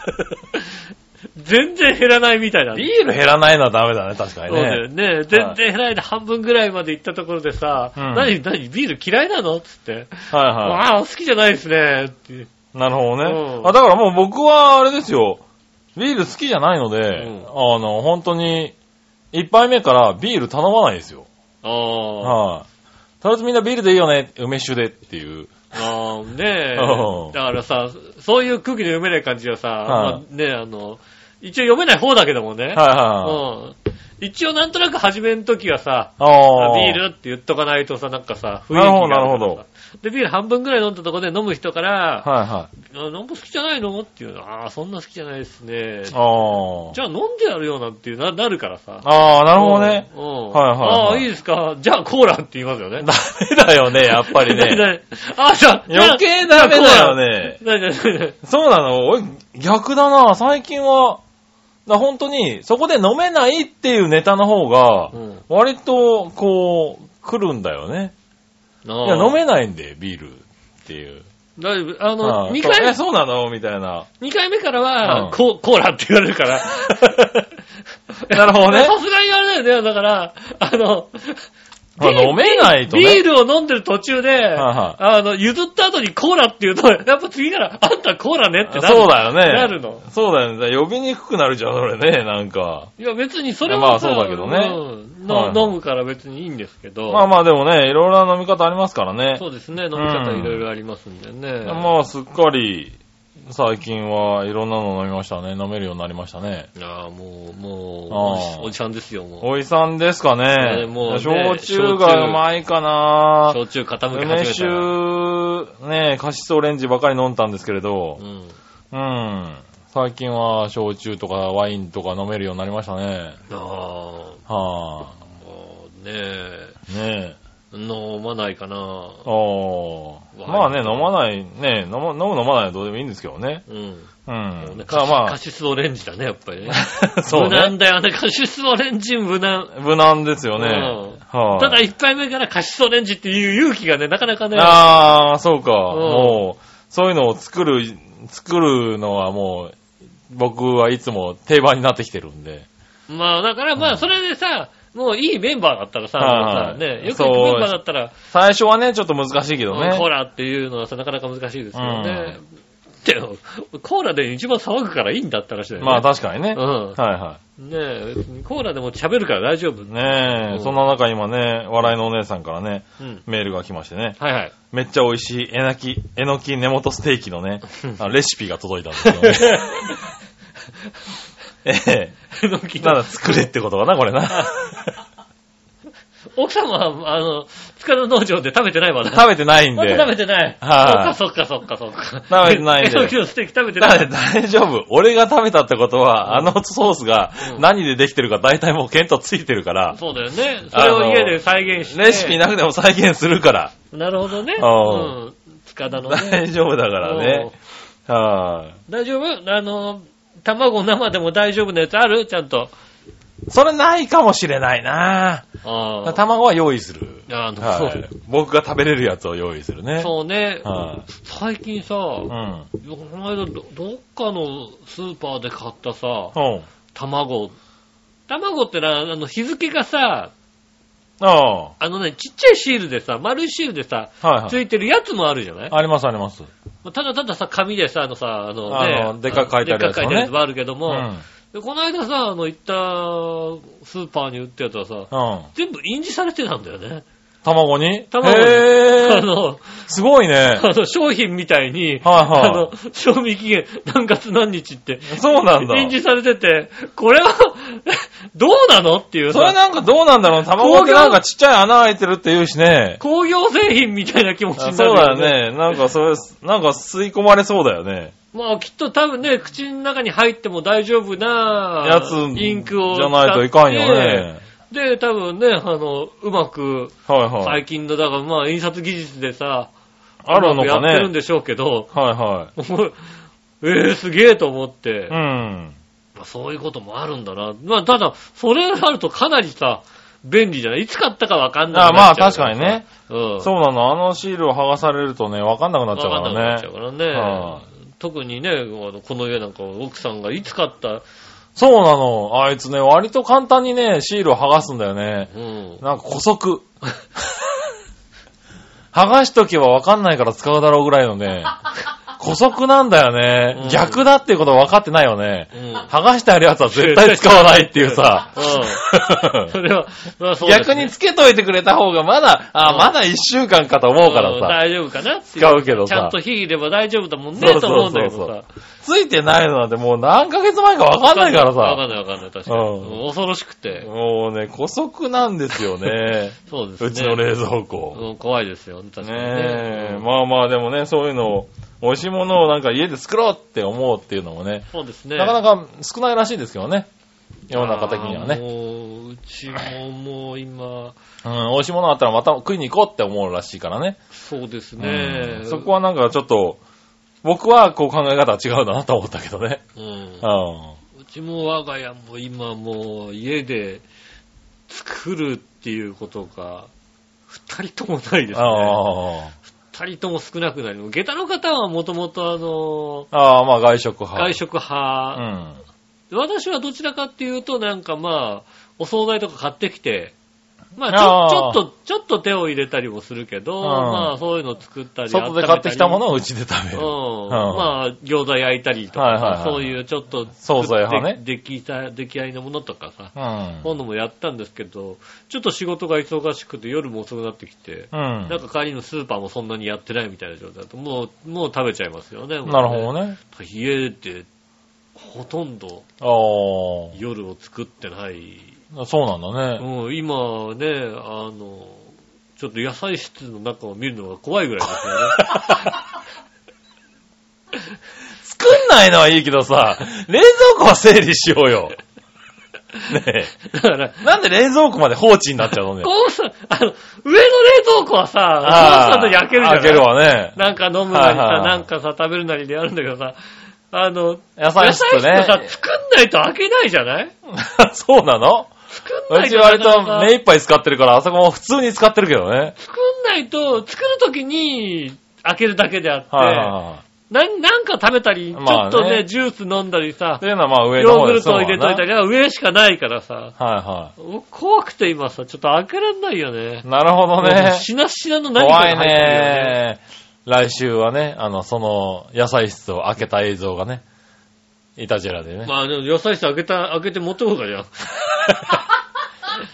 S2: 全然減らないみたいな。
S3: ビール減らないのはダメだね、確
S2: そう
S3: かにね。
S2: だよね。全然減らないで半分ぐらいまで行ったところでさ、
S3: うん
S2: 何、何、ビール嫌いなのつって。
S3: はいは
S2: ああ、好きじゃないですね。って
S3: い。なるほどね、
S2: うん
S3: あ、だからもう僕はあれですよ。ビール好きじゃないので、
S2: ん
S3: あの、本当に、一杯目からビール頼まないですよ。
S2: ああ、
S3: はい、とりあえずみんなビールでいいよね、梅酒でっていう。
S2: ああ、ねえ
S3: う。ん
S2: だからさ、そういう空気の読めない感じはさ、
S3: は
S2: まあねえ、あの、一応読めない方だけどもね。
S3: はいはいはい。
S2: うん。一応なんとなく始めんときはさ、
S3: ああ。
S2: ビールって言っとかないとさ、なんかさ、雰囲気が
S3: な
S2: あ
S3: るほど
S2: るからさ。
S3: なるほど
S2: で、ビール半分ぐらい飲んだとこで飲む人から、
S3: はいはい。
S2: あなんか好きじゃないのっていうの、ああ、そんな好きじゃないですね。
S3: ああ
S2: じ。ゃあ飲んでやるよなんていうな、なるからさ。
S3: ああ、なるほどね。
S2: うん。うん
S3: はいはいはい
S2: ああ、いいですか。じゃあコーラって言いますよね。
S3: ダメだよね、やっぱり ね。
S2: ね。あ、じゃあ、
S3: 余計ダメだよね。
S2: なになになに
S3: そうなの俺、逆だな。最近は、だ本当に、そこで飲めないっていうネタの方が
S2: う、ん
S3: 割と、こう、来るんだよね。いや、飲めないんで、ビールっていう。
S2: 大丈夫。あ
S3: あ
S2: の、
S3: あ
S2: 2
S3: そう
S2: 回
S3: え
S2: 目、
S3: そうなのみたいな。
S2: 二回目からは、
S3: うん
S2: ココーラって言われるから。
S3: なるほど ね
S2: さすがにあれだよね。だから、あの、
S3: まあ
S2: ビール
S3: 飲めないとね
S2: ビールを飲んでる途中で、
S3: は
S2: あの、譲った後にコーラって言うと、やっぱ次から、あんたコーラねってなる。
S3: そうだよね。
S2: なるの。
S3: そうだよね。呼びにくくなるじゃん、それね、なんか。
S2: いや、別にそれはさ
S3: まあそうだけどね
S2: うんの
S3: はいはい
S2: 飲むから別にいいんですけど。
S3: まあまあでもね、いろいろな飲み方ありますからね。
S2: そうですね。飲み方いろいろありますんでね。
S3: まあ、すっかり、最近はいろんなの飲みましたね。飲めるようになりましたね。
S2: ああ、もう、
S3: あ
S2: も
S3: あ
S2: う、おじさんですよ、も
S3: おいさんですか
S2: えー
S3: ね。
S2: もうね
S3: 焼酎がうまいか
S2: う。
S3: な
S2: 焼酎傾け
S3: 梅
S2: 始め
S3: 酒
S2: たら。、
S3: ねカシスオレンジばかり飲んだんですけれど
S2: う、ん。
S3: うん。最近は焼酎とかワインとか飲めるようになりましたね。
S2: ああ、も
S3: はぁ、
S2: うねえ、
S3: ねえ。
S2: 飲まないかな。
S3: おー。
S2: ワイン
S3: まあね、飲まない、ね飲む、飲む飲まないはどうでもいいんですけどね。
S2: うん。
S3: う。
S2: もうんね
S3: だからま
S2: カシスオレンジだね、やっぱりね。
S3: あ、 そう
S2: 無難
S3: ね。
S2: だよね、カシスオレンジ無難。
S3: 無難ですよね。
S2: うん
S3: はい、
S2: ただ一杯目からカシスオレンジっていう勇気がね、なかなかね。
S3: ああ、そうか。
S2: ん
S3: もう、そういうのを作る、作るのはもう、僕はいつも定番になってきてるんで。
S2: まあだからまあ、それでさ、もういいメンバーだったらさ、
S3: はい
S2: もうさね、よく行くメンバーだったら、
S3: 最初はね、ちょっと難しいけど
S2: うん
S3: ね
S2: コー。ラっていうのはさ、なかなか難しいですよね。でもコーラで一番騒ぐからいいんだって話だよね。
S3: まあ確かにね。
S2: うん。
S3: はいは
S2: ねえ、別にコーラでも喋るから大丈夫。
S3: い。ね
S2: うん
S3: え、そんな中今ね、笑いのお姉さんからね、
S2: うん。
S3: メールが来ましてね、
S2: はい はい。
S3: めっちゃ美味しいえなき、えのき根元ステーキのね、あレシピが届いたんですよ ね。え
S2: えの
S3: え。
S2: き
S3: ただ作れってことかな、これな。
S2: 奥様は、あの、塚田農場で食べてないまだ。
S3: 食べてないん
S2: ま
S3: で。
S2: だ食べてない。
S3: はい
S2: そっかそっかそっかそっか。
S3: 食べてないんで
S2: えのきのステーキ食べて
S3: だ
S2: な
S3: から
S2: い。
S3: 大丈夫。俺が食べたってことは、あのソースが
S2: うん
S3: 何でできてるか大体もう見当ついてるから、
S2: そうだよね。それを家で再現して。
S3: レシピなくても再現するから、
S2: なるほどね。
S3: うん
S2: うん。塚田のね。
S3: 大丈夫だからね。はい。
S2: 大丈夫あの、卵生でも大丈夫なやつあるちゃんと。
S3: それないかもしれないな
S2: ああ。
S3: 卵は用意する。
S2: あの、そ
S3: は
S2: う
S3: い。僕が食べれるやつを用意するね。
S2: そうね。
S3: はい
S2: 最近さ、
S3: うん。
S2: この間ど、どっかのスーパーで買ったさ、
S3: うん。
S2: 卵。卵ってな、あの、日付がさ、
S3: あ
S2: あのね、ちっちゃいシールでさ、丸いシールでさ、
S3: あ。はいはい
S2: つ。いてるやつもあるじゃない、
S3: ありますあります。
S2: まあただたださ、紙でさ、あのさ、あの
S3: あ
S2: ね、
S3: のでっかく書いてあるやつ
S2: でっかく書い
S3: も
S2: てあるや
S3: ね
S2: つもあるけど
S3: う
S2: も、
S3: ん。
S2: でこの間さ、あの、行ったスーパーに売ったやつはさ、
S3: うん。
S2: 全部印字されてたんだよね。
S3: 卵に
S2: 卵に
S3: へ
S2: あ
S3: ー
S2: の、
S3: すごいね。
S2: あの商品みたいに、あ
S3: は
S2: の、賞味期限何月何日って、
S3: いはい。そうなんだ。
S2: 展示されてて、これは、 どうなのっていう
S3: それ
S2: さ、
S3: なんかどうなんだろう卵ってなんかちっちゃい穴開いてるって言うしね。
S2: 工業製品みたいな気持ち
S3: あ
S2: に
S3: そう
S2: な
S3: だ
S2: る
S3: よ。ね。なんかそれ、なんか吸い込まれそうだよね。
S2: まあきっと多分ね、口の中に入っても大丈夫な、
S3: やつ、
S2: インクを
S3: じ
S2: 使
S3: ゃ
S2: って。
S3: ないといかんよね。
S2: で、多分ね、あの、うまく、
S3: はいはい。
S2: 最近の、だからまあ印刷技術でさ、
S3: あるの
S2: うま
S3: か
S2: くやってるん
S3: ね。
S2: でしょうけど、
S3: はいはい。
S2: もうえー、すげえと思って、
S3: うん。
S2: まあ、そういうこともあるんだな。まあ、ただ、それがあるとかなりさ、便利じゃないいつ買ったかわかんない。
S3: あまあ確かにね。。
S2: うん。
S3: そうなの。あのシールを剥がされるとね、わかんなくなっちゃう
S2: わかんなくなっ
S3: か
S2: ちゃう
S3: らね。
S2: からね。
S3: は
S2: 特にね、あのこの家なんか奥さんがいつ買った、
S3: そうなの。あいつね、割と簡単にね、シールを剥がすんだよね。
S2: うん。
S3: なんか古速。剥がしとけばわかんないから使うだろうぐらいのね、古速なんだよね。
S2: うん
S3: 逆だっていうこと分かってないよね。
S2: うん。
S3: 剥がしてあるやつは絶対使わないっていうさ。
S2: うん。それは、まあそうです
S3: 逆
S2: ね
S3: につけといてくれた方がまだ、あ
S2: う
S3: ー
S2: ん
S3: まだ一週間かと思うから
S2: ん
S3: さ。
S2: 大丈夫かなってい
S3: 使うけど
S2: ちゃん
S3: さ
S2: と。火入れば大丈夫だもん
S3: そ
S2: ね、と
S3: うそ
S2: 思う
S3: うんそ
S2: だ
S3: う
S2: け
S3: そ
S2: どさ
S3: う。。ついてないのなんてもう何ヶ月前か分かんないから
S2: わか
S3: さ。
S2: んないわかんない、確かに。
S3: うん
S2: うん恐ろしくて。
S3: もうね、古速なんですよね。
S2: そうですね。
S3: うちの冷蔵庫。
S2: うん、怖いですよ、確かにね。
S3: ねえ、
S2: うん
S3: まあまあでもね、そういうのを、美味しいものをなんか家で作ろうって思うっていうのもね、
S2: そうですね。
S3: なかな
S2: か
S3: か少ないらしいですけどね。世の中的にはね。
S2: もう、うちももう今、
S3: うん、美味しいものあったらまた食いに行こうって思うらしいからね。
S2: そうですね。
S3: うんそこはなんかちょっと、僕はこう考え方は違うなと思ったけどね。
S2: うん
S3: う。ん。
S2: うちも我が家も今もう家で作るっていうことが、二人ともないですね。
S3: ああ
S2: 二人とも少なくなり、下駄の方はもともとあの、
S3: ああ、まあ外食派。
S2: 外食派、
S3: うん。
S2: 私はどちらかっていうと、なんかまあ、お惣菜とか買ってきて、まあ
S3: あー
S2: ちょ、ちょっと、ちょっと手を入れたりもするけど、
S3: うん
S2: まあ、そういうの作ったり、
S3: 外で買ってきたもの
S2: を、
S3: をうちで食べ
S2: うん。
S3: る。ん
S2: まあ、餃子焼いたりと
S3: はいはい
S2: か
S3: は
S2: さ、
S3: い
S2: そういうちょっと、
S3: 惣菜派ね
S2: 作って出来た、出来合いのものとかさ、
S3: うん。
S2: 今度もやったんですけど、ちょっと仕事が忙しくて夜も遅くなってきて、
S3: うん。
S2: なんか帰りのスーパーもそんなにやってないみたいな状態だと、もう、もう食べちゃいますよね。もうね
S3: なるほどね。
S2: 家で、ほとんど、
S3: ああ
S2: 夜を作ってない。
S3: そうなんだね。
S2: うん、今ね、あの、ちょっと野菜室の中を見るのが怖いぐらいですよね。
S3: 作んないのはいいけどさ、冷蔵庫は整理しようよ。ね
S2: だから、
S3: え。なんで冷蔵庫まで放置になっちゃうのね。
S2: コウさん、あの、上の冷蔵庫はさ、コウさ
S3: あ
S2: ん
S3: あ
S2: の焼けるじゃん。
S3: 開けるわね。
S2: なんか飲むなりさ
S3: はいはい、はい
S2: なんかさ、食べるなりでやるんだけどさ、あの、
S3: 野菜室ね
S2: 野菜室さ、作んないと開けないじゃない
S3: そうなの
S2: 作んな
S3: う
S2: い
S3: ち
S2: と
S3: 割
S2: なかなか
S3: と目いっぱい使ってるから、あそこも普通に使ってるけどね。
S2: 作んないと、作るときに開けるだけであって、
S3: はいはいはい。
S2: なんなんか食べたり、ち
S3: ま
S2: ょ
S3: あね
S2: っとね、ジュース飲んだりさ
S3: っ、ていうのはまあ上の
S2: ヨー
S3: 方
S2: グ
S3: で
S2: ル
S3: 済
S2: ト
S3: む
S2: を
S3: わ
S2: 入れといた
S3: な。
S2: りは上しかないからさ、
S3: はいは
S2: 怖くて今さ、ちょっと開けらんないよね
S3: い。。なるほど
S2: もう
S3: ね。
S2: しなしなの何か
S3: 怖い
S2: が入ってるよね。
S3: ね。来週はね、あの、その野菜室を開けた映像がね、イタジェラでね。
S2: まあでも野菜室開けた、開けて持ってこうかじゃ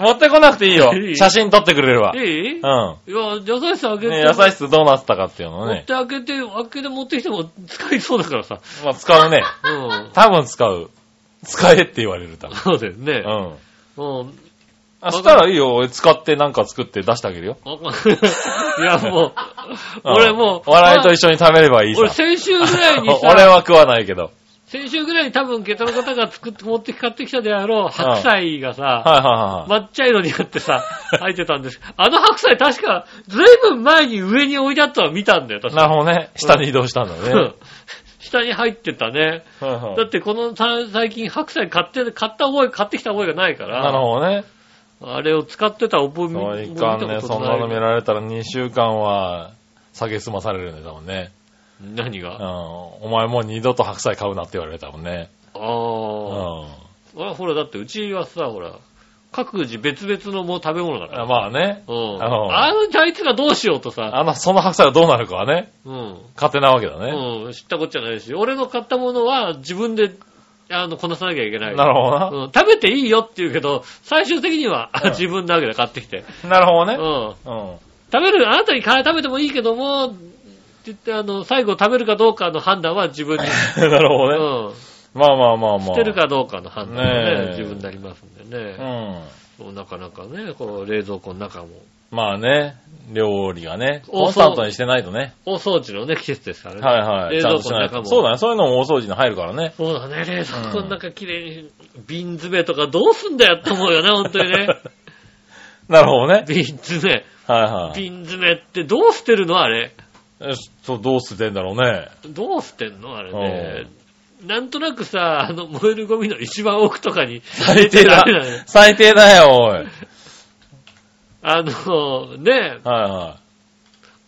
S3: 持ってこなくていいよ
S2: いい。
S3: 写真撮ってくれるわ
S2: あ。。いい
S3: うん。
S2: いや、野菜室開けて。
S3: ね、野菜室どうなってたかっていうのを
S2: 持っ
S3: ね
S2: て。開けて、開けて持ってきても使いそうだからさ。
S3: まあ、使うね。
S2: うん。
S3: 多分使う。使えって言われる多分。
S2: そうだよね。
S3: うん。
S2: うん。
S3: あしたらいいよ。俺使ってなんか作って出してあげるよ。
S2: わかんいや、もう、
S3: うん
S2: 俺もう、
S3: 笑いと一緒に食べればいい
S2: あ
S3: さ。
S2: 俺先週ぐらいにさ、
S3: 俺は食わないけど。
S2: 先週ぐらいに多分、ゲタの方が作って、持って買ってきたであろう、白菜がさ、
S3: はい はいはいはい。
S2: 抹茶色になってさ、入ってたんです。あの白菜確か、ずいぶん前に上に置いてあったのを見たんだよ、確か。
S3: なるほどね。下に移動したんだね。
S2: うん下に入ってたね。
S3: はいはい
S2: だってこのさ最近白菜買って、買った覚え、買ってきた覚えがないか
S3: なる
S2: ら、
S3: ほどね。
S2: あれを使ってた覚え
S3: そ
S2: も
S3: う
S2: 見
S3: い
S2: た
S3: か
S2: こ
S3: ん
S2: とない
S3: ね。そんなの見られたら2週間は、酒済まされるんだもんね。
S2: 何
S3: うん
S2: が。
S3: お前もう二度と白菜買うなって言われたもんね。
S2: あ
S3: うん。
S2: あ、
S3: あ
S2: あほら、だってうちはさ、ほら、各自別々のもう食べ物だから。
S3: まあね。
S2: うん。
S3: あの
S2: あの、あいつがどうしようとさ、
S3: あの、その白菜はどうなるかはね、
S2: うん。
S3: 勝手なわけだね。
S2: うん、知ったこっちゃないし、俺の買ったものは自分で、あの、こなさなきゃいけない。
S3: なるほどな。
S2: うん、食べていいよって言うけど、最終的には、あ
S3: うん
S2: 自分なわけだ、買ってきて。
S3: なるほ
S2: う
S3: どね。
S2: ん。
S3: うん。
S2: 食べる、あなたに買い食べてもいいけども、って言って、あの、最後食べるかどうかの判断は自 分に。
S3: なるほ
S2: う
S3: どね。
S2: ん。
S3: まあまあまあまあ。
S2: 捨てるかどうかの判断はね、
S3: ねえ
S2: 自分になりますんで
S3: う
S2: ね。
S3: ん。
S2: そうなかなかね、こう、冷蔵庫の中も。
S3: まあね、料理がね、
S2: お
S3: コンスタントにしてないとね。
S2: 大掃除のね、季節ですからね。
S3: はいはい。
S2: 冷
S3: ちゃん
S2: 蔵
S3: とし
S2: 庫の
S3: ない
S2: 中
S3: と。
S2: も。
S3: そうだね、そういうのも大掃除に入るからね。
S2: そうだね、冷蔵庫の中綺麗に、瓶詰めとかどうすんだよって思うよね、本当に ね。
S3: なるほどね。
S2: 瓶詰め。
S3: はいはい。
S2: 瓶詰めってどう捨てるのあれ。
S3: えそう、どう捨ててんだろうね。
S2: どう捨てんのあれね。なんとなくさ、あの、燃えるゴミの一番奥とかに。
S3: 最低だ
S2: 入れてるわけだね。
S3: 最低だよ、おい。はい
S2: あの、ね、
S3: は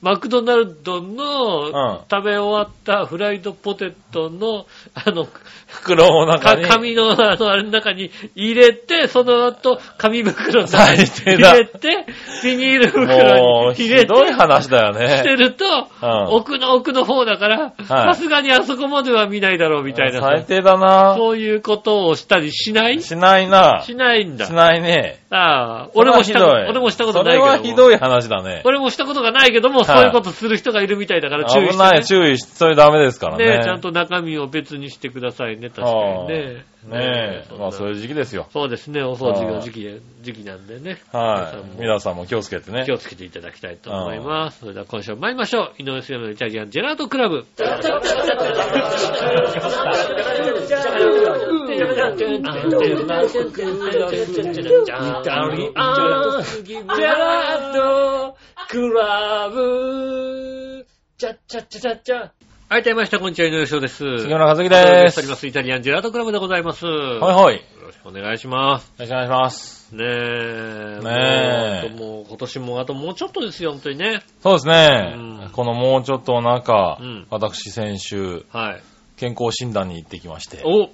S2: マクドナルド
S3: うん
S2: の食べ終わったフライドポテトの、あの、
S3: 袋の
S2: か
S3: 中に。
S2: 紙の、あの、あれの中に入れて、その後、紙袋の中に
S3: 最低
S2: 入
S3: だ
S2: れて、ビニール
S3: も
S2: 袋
S3: う、
S2: に
S3: ひ
S2: 入れて、
S3: どい話だよ
S2: して
S3: ね。
S2: ると、
S3: うん
S2: 奥の奥の方だから、さすがにあそこまでは見ないだろうみたいな
S3: 最
S2: さ、
S3: 低だな。
S2: そういうことをしたりしないし
S3: しないな。し
S2: ないんだ。
S3: ないね。
S2: ああ、俺もした
S3: そ
S2: こと
S3: れはひどい
S2: 俺もしたことないけ
S3: そ
S2: ど
S3: れ
S2: も。
S3: はひどい話だね。
S2: 俺もしたことがないけども、そういうことする人がいるみたいだから注意して、ね。
S3: 危ない、注意し、それダメですからね。
S2: ねちゃんと中身を別にしてくださいね、確かにね。
S3: ねえ、
S2: そんな
S3: まあそういう時期ですよ。
S2: そうですね、お掃除の時期で、時期なんでね。
S3: はい。
S2: 皆
S3: 皆さんも気をつけてね
S2: さんも気。をつけていただきたいと思います。それでは今週も参りましょう。井上杉山のイタリアンジェラートクラブ。はい、どうもみなさんこんにちは、井上翔です。
S3: 杉村和樹で。
S2: おりますす。イタリアンジェラートクラブでございます。
S3: はいはい。よ
S2: よろしくお願いします。
S3: ろしくお願いします。
S2: ねえ。
S3: ねえ
S2: もうもう今年もあともうちょっとですよ、本当にね。
S3: そうです
S2: う
S3: ね
S2: ん。
S3: このもうちょっとの中
S2: うん、
S3: 私先週、
S2: はい。
S3: 健康診断に行ってきまして、
S2: お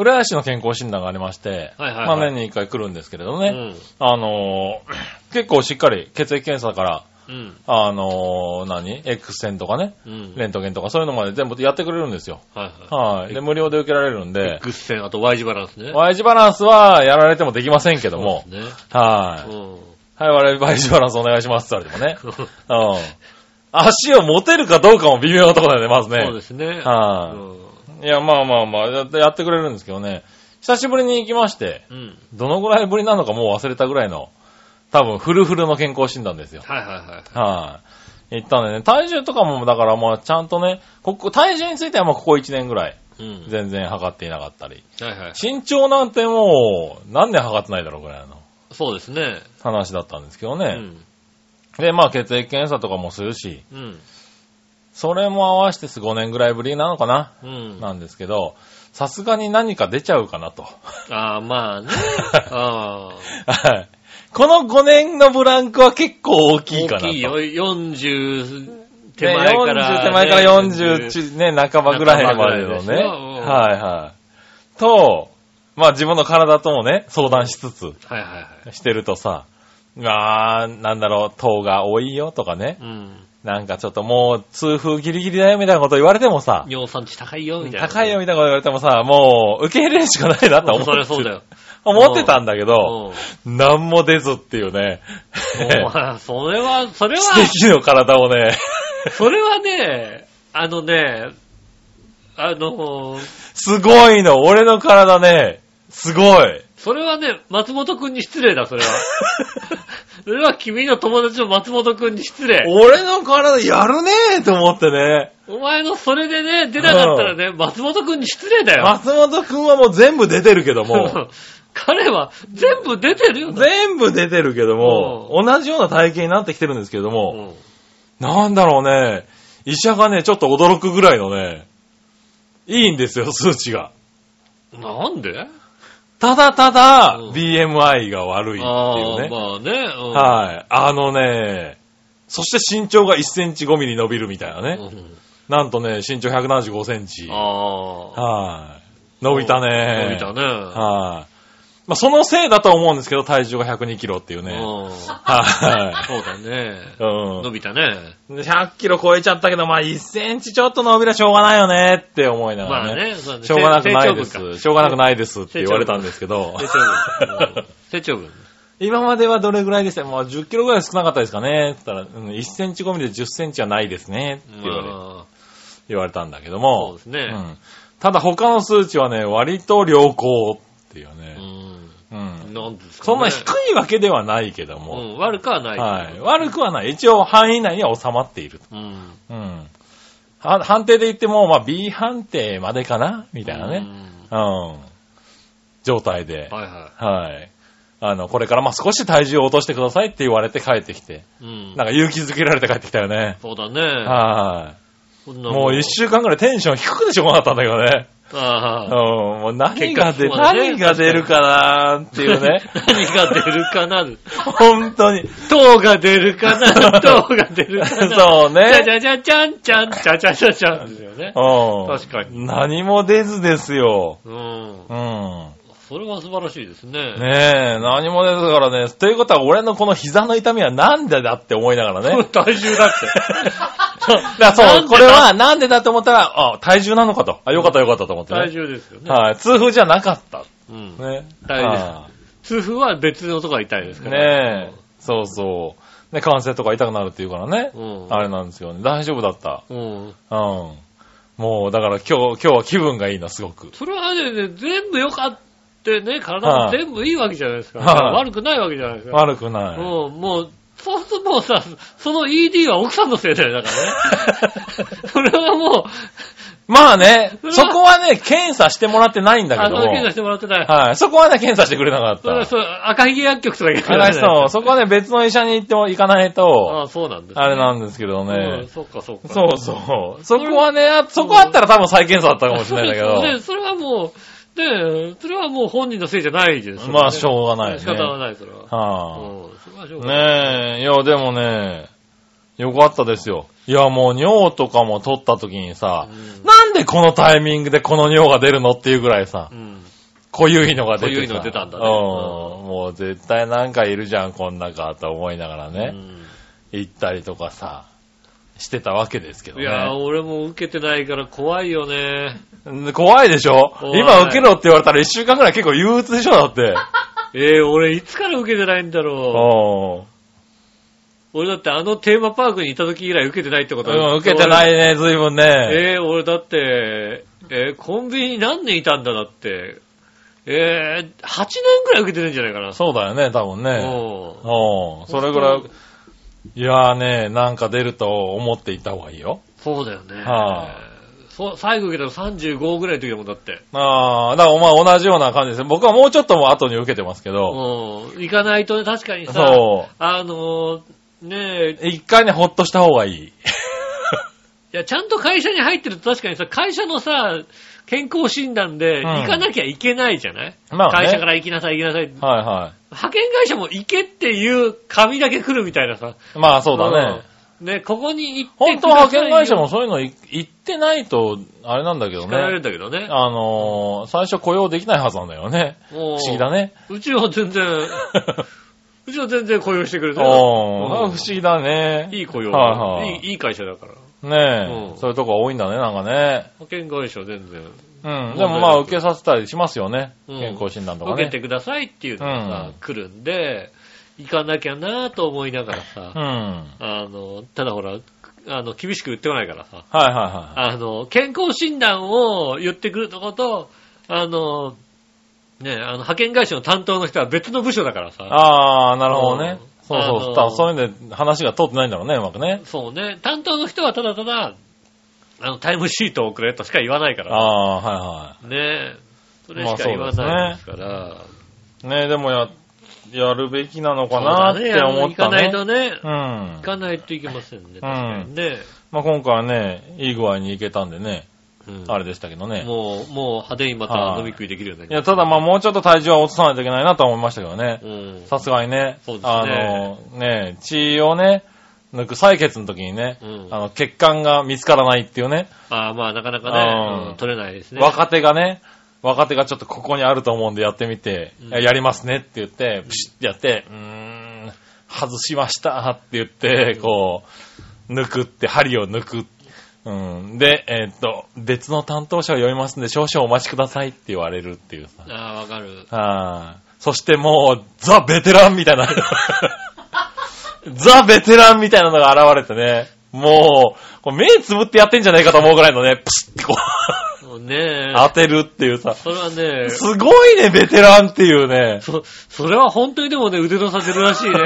S3: 浦安市の健康診断がありまして、
S2: はいはいはい
S3: まあ年に一回来るんですけれど
S2: う
S3: ね、
S2: ん。
S3: あのー、 結構しっかり血液検査から、
S2: うん。
S3: あのー、何 ?X 線とかね、
S2: うん。
S3: レントゲンとかそういうのまで全部やってくれるんですよ。
S2: はいは
S3: はい。で、無料で受けられるん
S2: い。
S3: で、
S2: X 線、あと Y 字バランスね。
S3: Y 字バランスはやられてもできませんけども、
S2: ね。
S3: は
S2: う
S3: い。
S2: ん。
S3: はい、我々 Y 字バランスお願いしますって言われてもね。うん。足を持てるかどうかも微妙なところだよね、まず
S2: そう
S3: ね
S2: で。すね。う
S3: は
S2: ん。
S3: い。いや、まあまあまあ、やってやってくれるんですけどね。久しぶりに行きまして、
S2: うん。
S3: どのぐらいぶりなのかもう忘れたぐらいの、多分フルフルの健康診断ですよ。
S2: はいはいはい。
S3: はい。行ったんでね、体重とかもだからまあちゃんとね、ここ、体重についてはもうここ1年ぐらい、
S2: うん。
S3: 全然測っていなかったり。
S2: はいはい。
S3: 身長なんてもう、何年測ってないだろうぐらいの
S2: そうですね。
S3: 話だったんですけど
S2: う
S3: ね。
S2: ん。
S3: で、まあ血液検査とかもするし、
S2: うん。
S3: それも合わせて5年ぐらいぶりなのかな、
S2: うん。
S3: なんですけど、さすがに何か出ちゃうかなと。
S2: ああ、ま あね。ああ。
S3: はい。この5年のブランクは結構大きいかなと。
S2: 大きいよ。40手
S3: ね
S2: 前から、
S3: 40手前から40ち、ね、半ばぐらいまで
S2: 半
S3: の
S2: ばぐらいです
S3: ね。
S2: ようん
S3: はいはい。と、まあ自分の体ともね、相談しつつ
S2: はいはいはい。
S3: してるとさ、まあ、なんだろう、糖が多いよとかね。
S2: うん。
S3: なんかちょっともう、痛風ギリギリだよみたいなこと言われてもさ、
S2: 尿酸値高いよ、みたいな。
S3: 高いよみたいなこと言われてもさ、もう、受け入れるしかないなと思
S2: そりゃ
S3: って
S2: そうだよ。
S3: 思ってたんだけど、
S2: うん。
S3: なんも出ずっていうね、
S2: お前それは、それは、
S3: 奇跡の体をね、
S2: それはね、あのね、あの、
S3: すごいの、俺の体ね、すごい。
S2: それはね、松本くんに失礼だ、そ れは。それは君の友達の松本くんに失礼。
S3: 俺の体やるねえと思ってね。
S2: お前のそれでね、出なかったらね、松本くんに失礼だ よ。
S3: 松本くんはもう全部出てるけ ども、
S2: 彼は全部出てるよ。
S3: 全部出てるけども、同じような体型になってきてるんですけど
S2: う
S3: も、
S2: ん
S3: なんだろうね、医者がね、ちょっと驚くぐらいのね、いいんですよ、数値が。
S2: なんで
S3: ただただ
S2: うん、
S3: BMI が悪いっていう
S2: ああ、
S3: ね。
S2: まあね。うん
S3: はい。あのね、そして身長が1センチ5ミリ伸びるみたいなね。
S2: うん
S3: なんとね、身長175センチ。
S2: ああ。
S3: はい。伸びた
S2: 伸
S3: ね。
S2: びたね。
S3: はい。まあ、そのせいだとは思うんですけど、体重が102キロっていうね。
S2: うん
S3: は
S2: そうだね。
S3: い。う
S2: 伸びたね。
S3: ん。100キロ 超えちゃったけど、まあ、1センチちょっと伸びりゃしょうがないよねって思いなが
S2: まあ
S3: らね。
S2: ね、そうだね
S3: しょうがなくな
S2: 成長
S3: いで
S2: 部
S3: す。
S2: か
S3: しょうがなくないですって言われたんですけど、
S2: 成長分。成長分。
S3: 今まではどれぐらいでしたもう10キロぐらい少なかったですかねって言ったら、うん1センチ5ミリで10センチはないですねって言われ
S2: まあ
S3: 言われたんだけど
S2: そう
S3: も
S2: で、すね。
S3: うんただ他の数値はね、割と良好っていう
S2: う
S3: ね。
S2: ん。
S3: うん
S2: なんですか
S3: そんな
S2: ね
S3: 低いわけではないけど
S2: う
S3: も、
S2: ん、悪くはない。
S3: はい、悪くはない。一応範囲内には収まっている。
S2: うん。
S3: うん、は判定で言っても、まあ、B 判定までかなみたいな
S2: う
S3: ね、
S2: ん
S3: うん状態で、
S2: はいは
S3: はいあのこれからまあ少し体重を落としてくださいって言われて帰ってきて、
S2: い。うん
S3: なん。か勇気づけられて帰ってきたよね。
S2: そうだね。
S3: はい
S2: こんな
S3: もう一
S2: 緒。
S3: 週間ぐらいテンション低くてしょうがなかったんだけどね。うん、
S2: ああ。
S3: もう何が出、
S2: 結果そうだね
S3: 何が出るかなーっていうね。
S2: 何が出るかな
S3: 本当に。
S2: 糖が出るかな糖が出るかな
S3: そう
S2: じゃじ
S3: ね。
S2: ゃじゃちゃんちゃん、ちゃちゃちゃちゃんですよね。
S3: うん。
S2: 確かに
S3: 何も出ずですよ。
S2: うん。
S3: うん。
S2: それは素晴らしいですね。
S3: ねえ、何も出ずだからね。ということは俺のこの膝の痛みはなんでだって思いながらね。
S2: 体重だって。
S3: だから
S2: なん
S3: そう、
S2: でだ
S3: これはなんでだって思ったら、あ、体重なのかと。あ、よかったよかったと思って
S2: 体
S3: ね。
S2: 重ですよね。
S3: はい。痛風じゃなかった。
S2: うん。
S3: ね。
S2: 大事です
S3: は
S2: 痛風は別のとこが痛いです
S3: い
S2: から。
S3: ねえ。そうそう。ね、関節とか痛くなるっていうからね
S2: う。ん。
S3: あれなんですよね。大丈夫だった。
S2: うん。
S3: うん。もう、だから今日、今日は気分がいいな、すごく。
S2: それはね、全部良かったね、体も
S3: はい
S2: 全部いいわけじゃないですか。
S3: はい
S2: 悪くないわけじゃないですか。
S3: 悪くない。
S2: うん、もう、そうするともうさ、その ED は奥さんのせいだよ、だからね。それはも
S3: まあね
S2: それ、は
S3: そこはね、検査してもらってないん
S2: う、
S3: だ
S2: あ
S3: けど
S2: の、検査
S3: も
S2: し。てもらってない。
S3: はい。そこはね、検査してくれなかっ
S2: それは
S3: た。
S2: そう、赤ひげ薬局とか行か
S3: あ
S2: ない
S3: れそう、そこはね、別の医者に行っても行かないと、
S2: ああ、そうなんですね、
S3: あれなんですけど
S2: うん
S3: ね。
S2: そっかそっか。
S3: そうそう。そこはね、あそこあったら多分再検査だったかもしれない
S2: そ
S3: ん
S2: うです
S3: だ
S2: ねそれはもう、で、それはもう本人のせいじゃないですよ
S3: け
S2: ね
S3: ど。まあ、しょうがないね。
S2: 仕方がない、それは。
S3: は
S2: うん、それはしょう
S3: い。
S2: がない。
S3: ねえ、いや、でもね、よかったですよ。いや、もう尿とかも取った時にさ、
S2: うん
S3: なんでこのタイミングでこの尿が出るのっていうぐらいさ
S2: う、ん。
S3: 濃ゆいのが出てさ
S2: 濃ゆいの出たんだね
S3: うん。もう絶対なんかいるじゃん、こん中と思いながら
S2: う
S3: ね、
S2: ん
S3: 行ったりとかさ、してたわけですけど
S2: いやー、
S3: ね。
S2: 俺も受けてないから怖いよね。
S3: 怖いでしょ
S2: 怖い
S3: 今受けろって言われたら一週間ぐらい結構憂鬱でしょ、だって。
S2: えー、俺いつから受けてないんだろう。
S3: うん
S2: 俺だってあのテーマパークにいた時以来受けてないってこと。
S3: うん。受けてないいね、随分ね。
S2: えー、俺だって、えー、コンビニに何年いたんだだって。えー、8年くらい受けてるんじゃないかな。
S3: そうだよね、多分ね。
S2: う
S3: うん。それぐらい。いやーね、なんか出ると思っていった方がいいよ。
S2: そうだよね。
S3: は
S2: そう最後受けたの35ぐらいの時だもんだって。
S3: ああ、だからまあ同じような感じですね。僕はもうちょっとも後に受けてますけど。
S2: うん。行かないとね、確かにさ、
S3: そう。
S2: あのー、ねえ、
S3: 一回ね、ほっとした方がいい。
S2: いや、ちゃんと会社に入ってると確かにさ、会社のさ、健康診断で
S3: ん
S2: 行かなきゃいけないじゃない、
S3: まあね
S2: 会社から行きなさい、行きなさいって。
S3: はいは
S2: 派遣会社も行けっていう紙だけ来るみたいなさ。
S3: い。まあそうだね。
S2: うん。ね、ここに行って
S3: 本当は派遣会社もそういうのい行ってないと、あれなんだけど
S2: 叱られる
S3: ね
S2: ん。だけどね。
S3: あのー、最初雇用できないはずなんだよね。
S2: 不
S3: 不思議だ。ね。
S2: うちは全 然、うちは全然雇用してくれて
S3: お
S2: る。う
S3: おー
S2: ん
S3: 不思議だね。
S2: いい雇用、
S3: はいはい
S2: いい。いい会社だから。
S3: ね
S2: うん
S3: え。そういうとこ多いんだね、なんかね。
S2: 保険会社全然。
S3: うん。でもまあ受けさせたりしますよね。
S2: うん
S3: 健康診断とか
S2: 受け
S3: ね。
S2: てくださいっていうのがさ、
S3: うん
S2: 来るんで、行かなきゃなぁと思いながらさ、
S3: うん。はい
S2: あの、ただほら、あの、厳しく言ってこないからさ、
S3: はいは
S2: あの、健康診断を言ってくるとこと、あの、ね、あの、派遣会社の担当の人は別の部署だから
S3: い。
S2: さ、
S3: ああ、なるほどね。
S2: う
S3: そ
S2: ん
S3: う
S2: あ
S3: そ
S2: のー
S3: う。多分そういうんで話が通ってないんだろうね、うまくね。
S2: そうね、担当の人はただただ、あの、タイムシートをくれとしか言わないから、
S3: ああー、はいはい。
S2: ね、それしか言わないですから、
S3: ねでもや、やるべきなのかなって思っ
S2: 行か
S3: た
S2: な
S3: ね。
S2: いとね、
S3: う
S2: 行
S3: ん。
S2: かないといけませんね、確かにね。
S3: まあ、今回はね、いい具合に行けたんでね、
S2: うん
S3: あれでしたけどね。
S2: もう、もう派手にまた飲み食いできるようになり
S3: い
S2: ま
S3: や、
S2: した
S3: だまあ、もうちょっと体重は落とさないといけないなとは思いましたけどね
S2: た。。うん。
S3: さすがにね、
S2: そうですね
S3: あの、ね、血をね、抜く採血の時にね、
S2: うん
S3: あの、血管が見つからないっていうね、
S2: ああ、まあなかなか
S3: あ
S2: ね
S3: ー、
S2: うん取れないですね。
S3: 若手がね、若手がちょっとここにあると思うんでやってみて、
S2: うん
S3: いややりますねって言って、プシッってやって、うーん、外しましたって言って、こう、抜くって、針を抜く。うん、で、えーっと、別の担当者を読みますんで少々お待ちくださいって言われるっていうさ。
S2: ああ、わかる。
S3: あーそしてもう、ザ・ベテランみ たいな。ザ・ベテランみたいなのが現れてね。もう、こう目つぶってやってんじゃないかと思うぐらいのね、プシッってこう、
S2: もうね
S3: 当てるっていうさ。
S2: それはね、
S3: すごいね、ベテランっていうね。
S2: そ、それは本当にでもね、腕の差出るら しいね。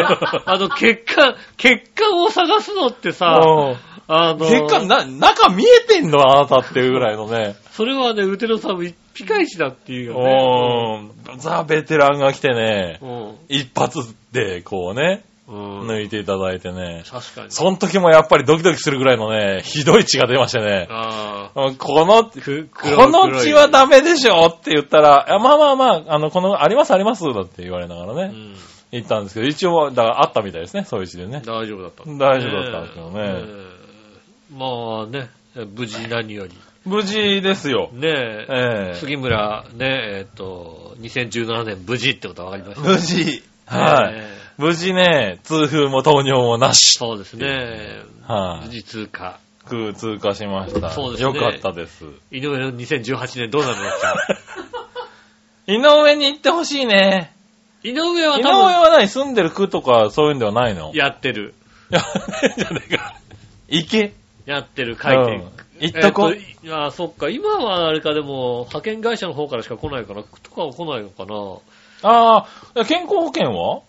S2: あの、血管、血管を探すのってさ、
S3: うん
S2: あの、
S3: 結果、な、中見えてんのあなたっていうぐらいのね。
S2: それはね、腕の差も一ピカイチだっていうよね。
S3: うん。ザ・ベテランが来てね、
S2: うん。
S3: 一発で、こうね、
S2: うん。
S3: 抜いていただいてね。
S2: 確かに。
S3: その時もやっぱりドキドキするぐらいのね、ひどい血が出ましてね。
S2: ああ。
S3: うんこの、こ
S2: く、
S3: の血はダメでしょって言ったら、いやまあまあまあ、あの、この、ありますありますだって言われながら
S2: メう
S3: ね、
S2: ん。
S3: 言ったんですけど、一応、だからあったみたいですね、そういう血でね。
S2: 大丈夫だった。
S3: 大丈夫だったんですけどね
S2: えまあね、無事何より。
S3: 無事ですよ。
S2: ねえ、
S3: ええ
S2: 杉村、ねえ、っと、2017年無事ってことは分かりました。
S3: 無事。はい。
S2: ねえ
S3: 無事ね、痛風も糖尿もなし。
S2: そうですね。
S3: は
S2: 無
S3: い。
S2: 事通過。
S3: く通過しました。
S2: そうですね
S3: よかったです。
S2: 井上の2018年どうなるのか。
S3: 井上に行ってほしいね。
S2: 井上は
S3: 井上
S2: 多
S3: は何住んでる区とかそういうんではないの
S2: 分、やってる。
S3: いや、じゃねえか。 行け。
S2: やってる、書いて
S3: うん行っとこ
S2: えーといあーそっか、今はあれか、でも、派遣会社の方からしか来ないから、とかは来ないのかな。
S3: ああ、健康保険は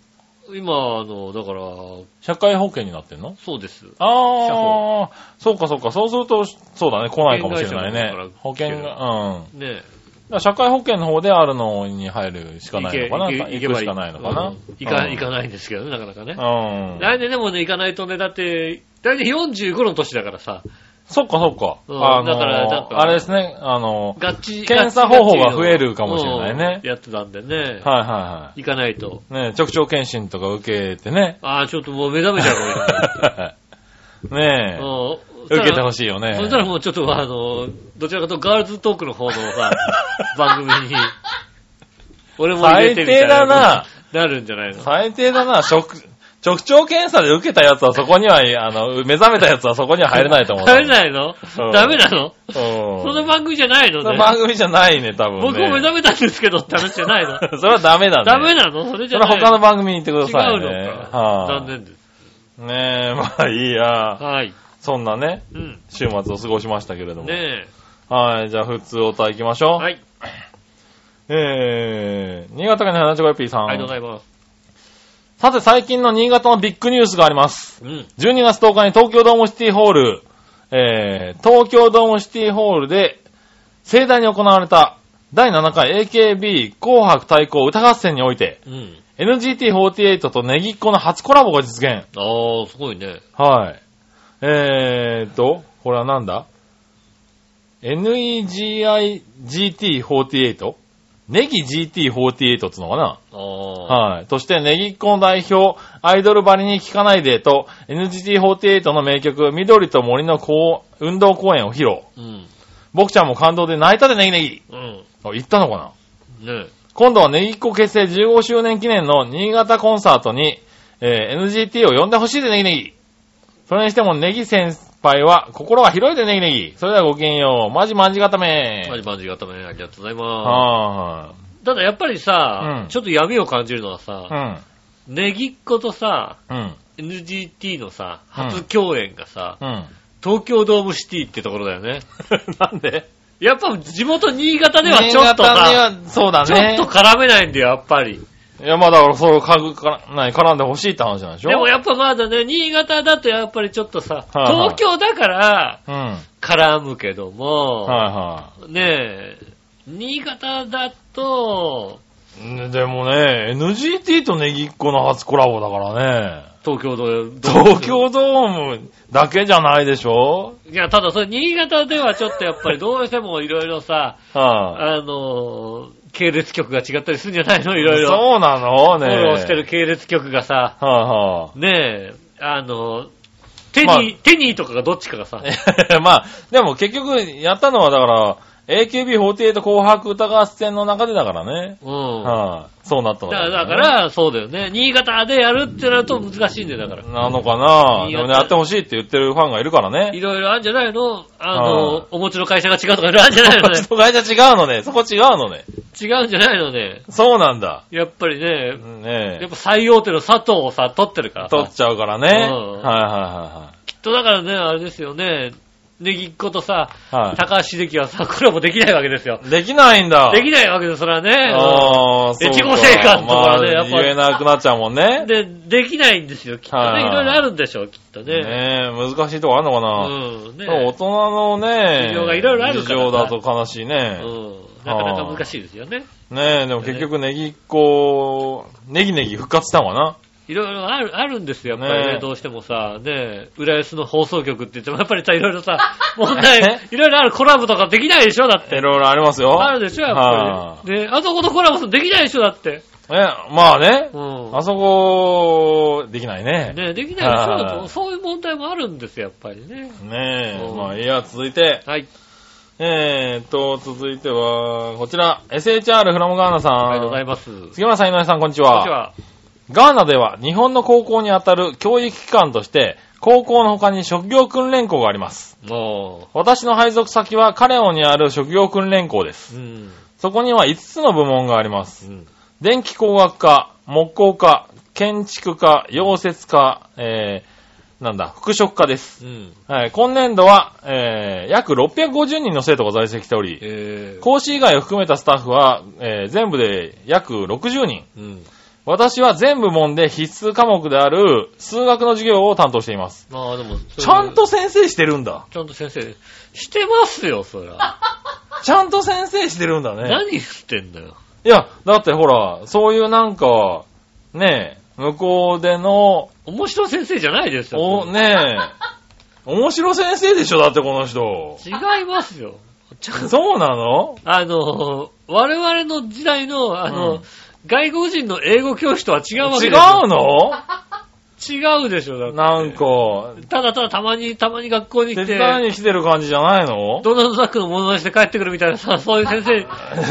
S2: 今、あの、だから、
S3: 社会保険になってんの
S2: そうです。社
S3: あ
S2: 保
S3: あ、そうかそうか。そうすると、そうだね、来ないかもしれないね。保
S2: 保険会社
S3: 険
S2: の方から
S3: が、うん。
S2: ね
S3: だから社会保険の方であるのに入るしかないのかな行くしかないのかな
S2: うん行か、行か
S3: な
S2: ないんですけどね、なかなかね。
S3: うん。
S2: 来年でもね、行かないとね、だって、大体45の年だからさ、
S3: そっかそっか。
S2: うん
S3: あのー
S2: だからなんか
S3: あれですね、あの
S2: ガッチ
S3: 検査方法が増えるかもしれないね
S2: うんやってたんでね
S3: ー、、はいは
S2: 行かないと。
S3: いはい。ね直腸検診とか受けてね。
S2: ああ、ちょっともう目覚めちゃうかもしれない
S3: ねえ、
S2: うん
S3: 受けてほしいよね。
S2: そしたらもうちょっと、あの、どちらかというとガールズトークの方の さ、番組に、俺も入れてみたい
S3: 最低だな
S2: なるんじゃないの
S3: 最低だな、食、直腸検査で受けたやつはそこには、あの、目覚めたやつはそこには入れないと思 う。
S2: 入れないの
S3: うん
S2: ダメなの
S3: うん。
S2: その番組じゃないの
S3: その
S2: ね。
S3: 番組じゃないね、多分、ね。
S2: 僕も目覚めたんですけどって話じゃないの
S3: それはダメだね。
S2: ダメなのそれ
S3: そ
S2: じゃ
S3: れは
S2: ない
S3: 他の番組に行ってください、ね。
S2: 違うのか。
S3: は
S2: 残
S3: い、
S2: 念です。
S3: ねえ、まあいいや。
S2: はい。
S3: そんなね、
S2: うん。
S3: 週末を過ごしましたけれども。
S2: ねえ。
S3: はい、じゃあ、普通お歌行きましょう。
S2: はい。
S3: えー、新潟県の花ちょこよぴーさん。
S2: ありがとうございます。
S3: さて、最近の新潟のビッグニュースがあります。
S2: うん。
S3: 12月10日に東京ドームシティホール、えー、東京ドームシティホールで盛大に行われた第7回 AKB 紅白対抗歌合戦において、
S2: うん。
S3: NGT48 とネギっ子の初コラボが実現。
S2: ああ、すごいね。
S3: はい。えーっと、これはなんだ ?NEGIGT48? ネギ GT48 っつうのかな
S2: ああ。
S3: はい。そして、ネギっ子の代表、アイドルばりに聴かないでと、NGT48 の名曲、緑と森のこう運動公演を披露。
S2: うん。
S3: 僕ちゃんも感動で泣いたでネギネギ。
S2: うん。
S3: あ言ったのかな
S2: ね
S3: 今度はネギっ子結成15周年記念の新潟コンサートに、えー NGT を呼んでほしいでネギネギ。それにしても、ネギ先輩は、心が広いでネギネギ。それではごきげんよう。マジマジ固め
S2: え。。まじまじ固め、ありがとうございま
S3: は
S2: す。ただやっぱりさ、
S3: うん
S2: ちょっと闇を感じるのは
S3: ーい。
S2: さ、ネギっ子とさ、
S3: うん。うん。
S2: NGT のさ、初共演がさ、
S3: うん。
S2: 東京ドームシティってところだよ ね。
S3: なんで
S2: やっぱ地元新潟ではちょっと
S3: 新潟に
S2: さ、
S3: はそうだ
S2: ちょっ
S3: ね。
S2: と絡めないんだよ、やっぱり。
S3: いや、まあだから、それをかぐから、なに絡んでほしいって話なんでしょ
S2: でもやっぱまだね、新潟だとやっぱりちょっとさ、
S3: はいは
S2: 東
S3: い
S2: 京だから
S3: うん。はい
S2: 絡むけども、
S3: は
S2: ねえ、新潟だと、
S3: い。んでもね、NGT とネギっ子の初コラボだからね。
S2: 東京ドーム。
S3: 東京ドームだけじゃないでしょ
S2: いや、ただそれ、新潟ではちょっとやっぱりどうしてもいろいろさ、
S3: は
S2: あのー系列局が違ったりするんじゃないのい
S3: い。
S2: ろいろ。
S3: そうなの
S2: フ
S3: ね
S2: ォローしてる。系列局がさ、
S3: はい
S2: ね
S3: は
S2: え、あのーテニー、
S3: まあ
S2: テニーとかがどっちかがさ、
S3: い。 まあ、でも結局、やったのはだから、AKB48 紅白歌合戦の中でだからね。
S2: うん。
S3: はい。そうなった
S2: だ
S3: の
S2: から、だか
S3: ね
S2: らそうだよね。新潟でやるってなると難しいんだよ、だから。
S3: なのかな
S2: 新潟
S3: でもね、やってほしいって言ってるファンがいるからね。
S2: いろいろあるんじゃないのあの
S3: は
S2: ーお持ちの会社が違うとかいろいろあるんじゃないのね
S3: そ。こ会社違うのね。そこ違うのね。
S2: 違うんじゃないのね。
S3: そうなんだ。
S2: やっぱりね、
S3: ね
S2: や
S3: え
S2: っ。ぱ最大手の佐藤をさ、取ってるからさ
S3: 取っちゃうからね。
S2: うん
S3: は
S2: きっとだからね、あれですよね、ネギっ子とさ、
S3: いはいはい。は
S2: 高橋秀樹はさ、コラボできないわけですよ。
S3: い。できないんだ。
S2: できないわけです、それはね。
S3: ああ、そう
S2: 越後製菓とかね
S3: ま
S2: や
S3: あ
S2: っぱ
S3: 言えなくなっちゃうもんね。
S2: で、できないんですよ、きっと
S3: は
S2: ね。
S3: い
S2: いろいろあるんでしょう、きっとね。
S3: ねえ、難しいとこあんのか
S2: う
S3: な、
S2: ん、ね。
S3: 大人のね、
S2: 事情がいろいろあるから
S3: 事情だと悲しいね。
S2: うん。なかなか難しいですよね。
S3: ねえ、でも結局ネギっ子、ネギネギ復活したんかな
S2: いろいろある、あるんですよ、やっぱりね、
S3: ねえ
S2: どうしてもさ、ねえ、浦安の放送局って言っても、やっぱりさ、いろいろ さ、問題、いろいろあるコラボとかできないでしょ、だって。
S3: いろいろありますよ。
S2: あるでしょ、やっぱり。ねあそことコラボするのできないでしょ、だって。
S3: はいね、まあね、
S2: うん。
S3: あそこ、できないね。
S2: ねえできないでしょだ
S3: は
S2: と、
S3: い
S2: そういう問題もあるんですよ、やっぱりね。
S3: ねえ、
S2: うん
S3: まあ、いいや、続いて、
S2: はい。
S3: えーっと、続いては、こちら、SHR フラモガーナさん。
S2: ありがとうございます。こんにち
S3: 杉村さん、井上さん、こんにちは。
S2: は。
S3: ガーナでは、日本の高校にあたる教育機関として、高校の他に職業訓練校があります。
S2: も
S3: 私の配属先は、カレオにある職業訓練校です。
S2: う、うん。
S3: そこには5つの部門がありま
S2: う
S3: す。
S2: ん。
S3: 電気工学科、木工科、建築科、溶接科、えー、なんだ、服飾科です。
S2: うん。
S3: はい、今年度は、えー、約650人の生徒が在籍しており、
S2: えー。
S3: 講師以外を含めたスタッフは、えー、全部で約60人。
S2: うん。
S3: 私は全部門で必須科目である数学の授業を担当しています。
S2: まあでも、そういう
S3: ちゃん、と先生してるんだ。
S2: ちゃんと先生、してますよ、そりゃ。
S3: ちゃんと先生してるんだ ね。
S2: 何言ってんだよ。
S3: いや、だってほら、そういうなんか、ねえ、向こうでの
S2: 面白い先生じゃないですよ。
S3: お、ねえ。面白先生でしょだってこの人。
S2: 違いますよ。 ちゃんと、
S3: そうなの
S2: あの、我々の時代の、あの、
S3: うん
S2: 外国人の英語教師とは違うわけ
S3: 違
S2: です
S3: う
S2: よ
S3: の
S2: 違うでしょ、だって
S3: なんか、
S2: ただただたまに、たまに学校に
S3: 手
S2: 来て、
S3: 伝いに来てる感じじゃないの
S2: ドナルド・ダックのモノマネして帰ってくるみたいな さ、そういう先生、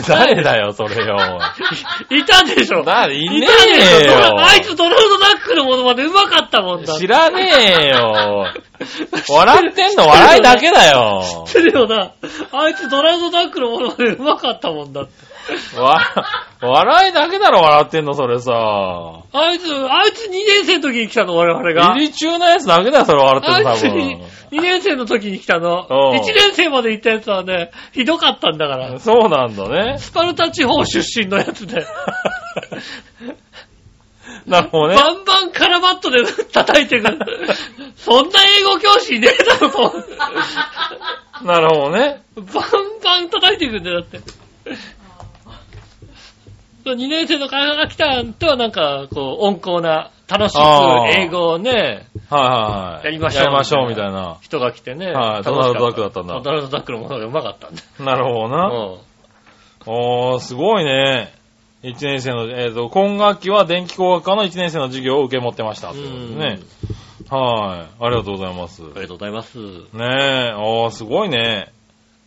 S3: 誰だよ、それよ。
S2: い いたでしょ
S3: 誰いね
S2: いたで
S3: え
S2: しょドナあいつ
S3: よ。
S2: ドナルド・ダックのモノマネうまかったもんだ。
S3: 知らねえよ。笑ってんの笑いだけだよ。
S2: 知ってるよな。あいつドナルド・ダックのモノマネうまかったもんだって。
S3: わ、笑いだけだろ、笑ってんの、それさ。
S2: あいつ、あいつ2年生の時に来たの、我々が。
S3: 入り中のやつだけだよ、それ笑ってんの、
S2: あい
S3: 多
S2: つ
S3: 分。
S2: 2年生の時に来たの。
S3: う
S2: 1
S3: ん
S2: 年生まで行ったやつはね、ひどかったんだから。
S3: そうなんだね。
S2: スパルタ地方出身のやつで。
S3: なるほどね。
S2: バンバンカラバットで叩いてくる。そんな英語教師いねえだろと。
S3: なるほどね。
S2: バンバン叩いてくるんだよ、だって。2年生の会話が来たんとはなんか、こう、温厚な、楽しく
S3: あー
S2: 英語をね、
S3: はいはいはい。
S2: やりましょう
S3: やりましょう、みたいな。
S2: 人が来てね。
S3: は
S2: 楽し
S3: い
S2: か
S3: ドナルドダックだったんだ
S2: そうドナルド・ダックのものがうまかったんだ。
S3: なるほどな。
S2: うん
S3: おー、すごいね。1年生の、えっ、と、今学期は電気工学科の1年生の授業を受け持ってました。ということでね。はい。ありがとうございます。ね
S2: ありがとうございます。
S3: え、あー、すごいね。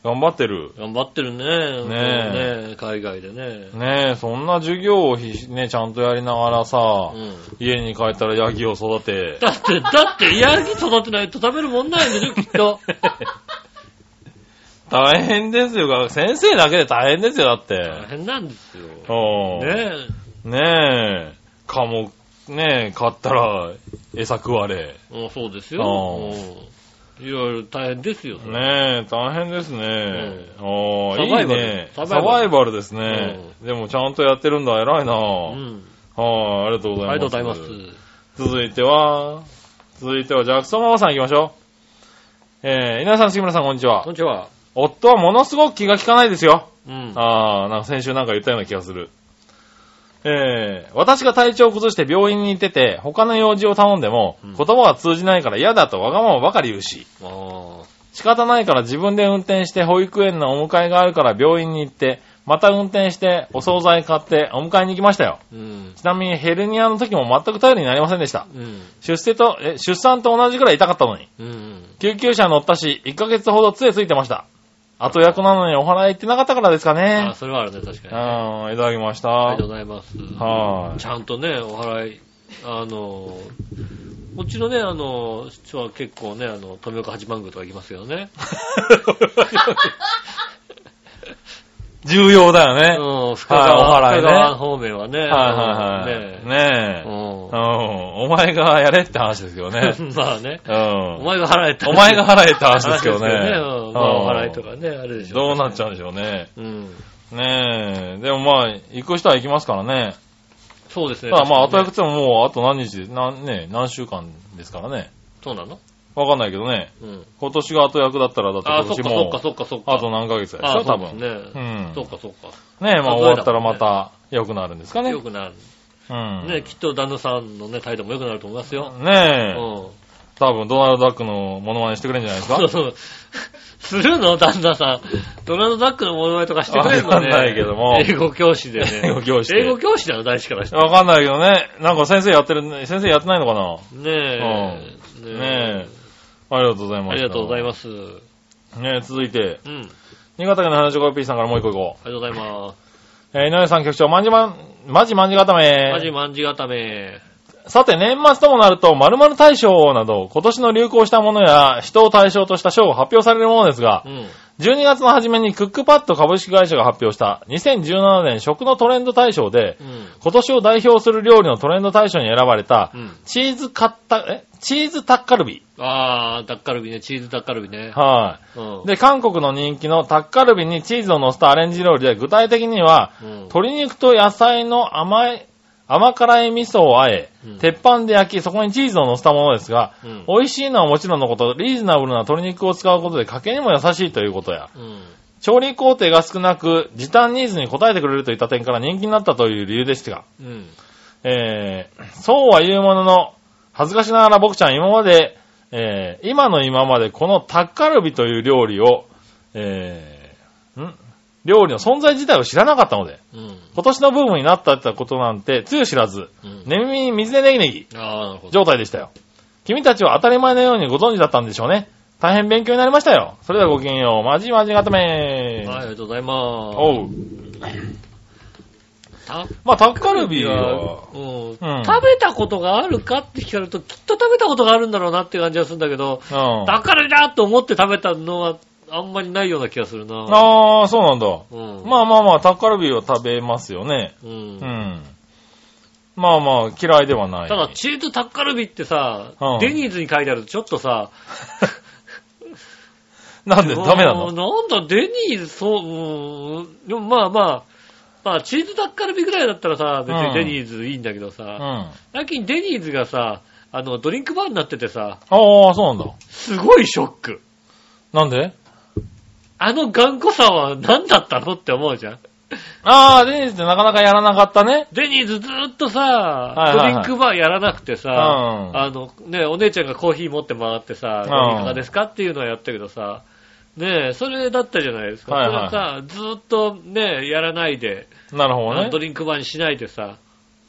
S3: 頑張ってる。
S2: 頑張ってるね。
S3: ね
S2: ね海外でね。
S3: ねえ、そんな授業をひ、ね、ちゃんとやりながらさ、
S2: うん。
S3: 家に帰ったらヤギを育て、
S2: だって、だって、ヤギ育てないと食べるもんないんで しょ、きっと。
S3: 大変ですよ。先生だけで大変ですよ、だって。
S2: 大変なんですよ。
S3: おー
S2: ね
S3: ねえ、カモ、ねえ、買ったら餌食われ。
S2: え。うんそうですよ。
S3: あ
S2: うんいろいろ大変ですよ。それ
S3: ねえ、大変ですね。ああ、
S2: サ
S3: い
S2: バイ
S3: い
S2: バル
S3: ね。
S2: サバイバル
S3: サバイバルですね。でもちゃんとやってるんだ、偉いな。
S2: うん。
S3: はい、ありがとうご
S2: あ
S3: ざいます。
S2: りがとうございます。
S3: 続いては、続いては、ジャクソンママさん行きましょう。えー、稲田さん、杉村さん、こんにちは
S2: こん。にちは。
S3: 夫はものすごく気が利かないですよ。
S2: うん。
S3: ああ、なんか先週なんか言ったような気がする。えー、私が体調を崩して病院に行ってて、他の用事を頼んでも、
S2: うん
S3: 言葉が通じないから嫌だとわがままばかり言うし、
S2: あー
S3: 仕方ないから自分で運転して保育園のお迎えがあるから病院に行って、また運転してお惣菜買ってお迎えに行きましたよ。
S2: うん。
S3: ちなみにヘルニアの時も全く頼りになりませんでした。
S2: うん。
S3: 出世と、え、出産と同じくらい痛かったのに。
S2: うん。
S3: 救急車乗ったし、1ヶ月ほど杖ついてました。後役なのにお払い行ってなかったからですか
S2: あー
S3: ね。
S2: それはあるね、確かにね。あ
S3: うん、いただきました。
S2: りがとうございます。
S3: はい
S2: ちゃんとね、お払い、あの、うちのね、あの、人は結構ね、あの、富岡八幡宮とか行きますけどね。
S3: 重要だよ
S2: う
S3: ね。
S2: ん、深川、
S3: はいお祓いね
S2: 深川方面はね。
S3: はいはいはい。
S2: ね
S3: ねえ。うん、お前がやれって話ですけどね。
S2: うん。 まあね。
S3: う
S2: お
S3: ん。
S2: 前が払えた
S3: お前が払えって話ですけどね。
S2: 話ですようんまあ、お払いと
S3: う
S2: かね、あれで
S3: ん
S2: しょ。
S3: どうなっちゃうんでしょうね。
S2: うん。
S3: ねえ。でもまあ、行く人は行きますからね。
S2: そうですね。
S3: まあまあ、
S2: 確かにね
S3: 後役っつってももう、あと何日、何、ね、何週間ですからね。
S2: そうなの
S3: わかんないけどね。
S2: うん。
S3: 今年が後役だったら、だって
S2: あ
S3: 今
S2: ー、そっ
S3: 年
S2: かそっか
S3: も、
S2: そっかそっか。
S3: あと何ヶ月でし
S2: あ
S3: ょ、
S2: ーそ
S3: 多
S2: うです
S3: 分。
S2: ね。
S3: うん
S2: そっかそっか。
S3: ねえ、まあ
S2: 数え
S3: 終わったた
S2: も
S3: ら
S2: んね
S3: また良くなるんですかね。
S2: よくなる。
S3: うん。
S2: ね、きっと旦那さんのね、態度も良くなると思いますよ。う
S3: ねえ。
S2: ん。
S3: 多分ドナルド・ダックのモノマネしてくれるんじゃないですか
S2: そう そう。するの旦那さん。ドナルドダックのモノマネとかしてくれるのね。
S3: わかんないけども
S2: 英語教師でね。
S3: 英語教師で
S2: 英語教師だよ、大師からして。
S3: わかんないけどね。なんか先生やってるね、先生やってないのかな
S2: ねえ。
S3: ねえ。ありがとうござい
S2: あ
S3: ました。
S2: りがとうござい
S3: ま
S2: ます。うん。
S3: す。ねえ、続いて、
S2: あり
S3: 新潟県の花女ピーさんからもう一個いこ
S2: がとうございます。
S3: う。えー井上さん局長、まんじまん、まじまんじ固め。
S2: まじまんじ固め。
S3: さて、年末ともなると、〇〇大賞など、今年の流行したものや、人を対象とした賞が発表されるものですが
S2: う、ん。
S3: 12月の初めにクックパッド株式会社が発表した、2017年食のトレンド大賞で、
S2: うん。
S3: 今年を代表する料理のトレンド大賞に選ばれた
S2: う、ん。
S3: チーズカッタ、えチーズタッカルビ。
S2: あー、ダッカルビね、チーズダッカルビね。
S3: は
S2: うん
S3: い。。で、韓国の人気のタッカルビにチーズを乗せたアレンジ料理で、具体的には、
S2: うん。
S3: 鶏肉と野菜の甘い、甘辛い味噌をあえ
S2: うん、
S3: 鉄板で焼き、そこにチーズを乗せたものですが、
S2: うん
S3: 美味しいのはもちろんのこと、リーズナブルな鶏肉を使うことで家計にも優しいということや、
S2: うん。
S3: 調理工程が少なく、時短ニーズに応えてくれるといった点から人気になったという理由でしたが、
S2: うん。
S3: えー、そうは言うものの、恥ずかしながら僕ちゃん今まで、えー、今の今までこのタッカルビという料理を、えー、ん料理の存在自体を知らなかったので、
S2: うん。
S3: 今年のブームになったってことなんて、つゆ知らず、
S2: うん。
S3: 寝耳に水でネギネギ
S2: あー、なるほど。
S3: 状態でしたよ。君たちは当たり前のようにご存知だったんでしょうね。大変勉強になりましたよ。それではごきげんよう。まじまじがため
S2: はい、ありがとうございま
S3: おう。
S2: す。タッ
S3: まあ、タッカ
S2: カ
S3: ル
S2: ルビ
S3: ビは
S2: は、、うん。
S3: うん
S2: 食べたことがあるかって聞かれると、きっと食べたことがあるんだろうなって感じがするんだけど、
S3: うん。
S2: ダッカルビだと思って食べたのは、あんまりないような気がするな。
S3: ああ、そうなんだ。
S2: うん。
S3: まあまあまあ、タッカルビを食べますよね。
S2: う。
S3: うんん。まあまあ、嫌いではない。
S2: ただ、チーズタッカルビってさ、
S3: うん
S2: デニーズに書いてあるとちょっとさ、
S3: なんでダメなの
S2: あーなんだ、デニーズ、そう、うーん、でもまあまあ、まあ、チーズタッカルビぐらいだったらさ、別
S3: うん
S2: にデニーズいいんだけど
S3: う
S2: さ、
S3: ん。
S2: 最近デニーズがさ、あの、ドリンクバーになっててさ、
S3: ああ、そうなんだ。
S2: すごいショック。
S3: なんで
S2: あの頑固さは何だったのって思うじゃん。
S3: ああ、デニーズってなかなかやらなかったね。
S2: デニーズずーっとさ、
S3: いはい
S2: ドリンクバーやらなくてさ、
S3: うん
S2: あのね、お姉ちゃんがコーヒー持って回ってさ、
S3: うん
S2: これいかがですかっていうのはやったけどさ、ねえ、それだったじゃないですか。
S3: はいはい
S2: それはさ、ずーっとね、やらないで、
S3: なるほどね
S2: ド。リンクバーにしないでさ、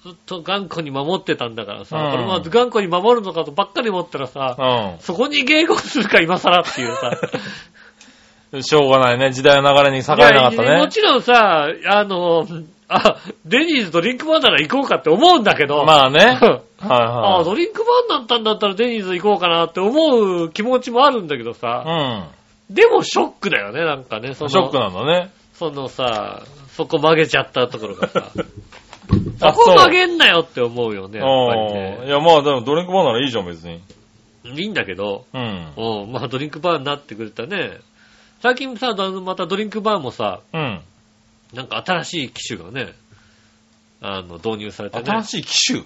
S2: ずっと頑固に守ってたんだからさ、
S3: うん
S2: これも頑固に守るのかとばっかり思ったらさ、
S3: う
S2: そこに迎合するか今更っていう さ。
S3: ん。しょうがないね。時代の流れに逆らえなかった
S2: いや
S3: ね
S2: も。ちろんさ、あの、あ、デニーズドリンクバーなら行こうかって思うんだけど、
S3: ま あね。は
S2: うん
S3: い
S2: ああ、
S3: は
S2: ドリンクバーになったんだったらデニーズ行こうかなって思う気持ちもあるんだけどさ、
S3: い。
S2: でもショックだよね、なんかね。その
S3: うん。ショックなんだね。
S2: そのさ、そこ曲げちゃったところが さ、そ
S3: あ
S2: こ
S3: そう
S2: 曲げんなよって思うよね、やっぱり
S3: おーい
S2: ね。
S3: や、まあでもドリンクバーならいいじゃん、別に。
S2: いいんだけど、
S3: うん。
S2: うん、まあドリンクバーになってくれたね。最近さ、だまたドリンクバーもさ、
S3: うん。
S2: なんか新しい機種がね、あの、導入されてね。
S3: 新しい機種。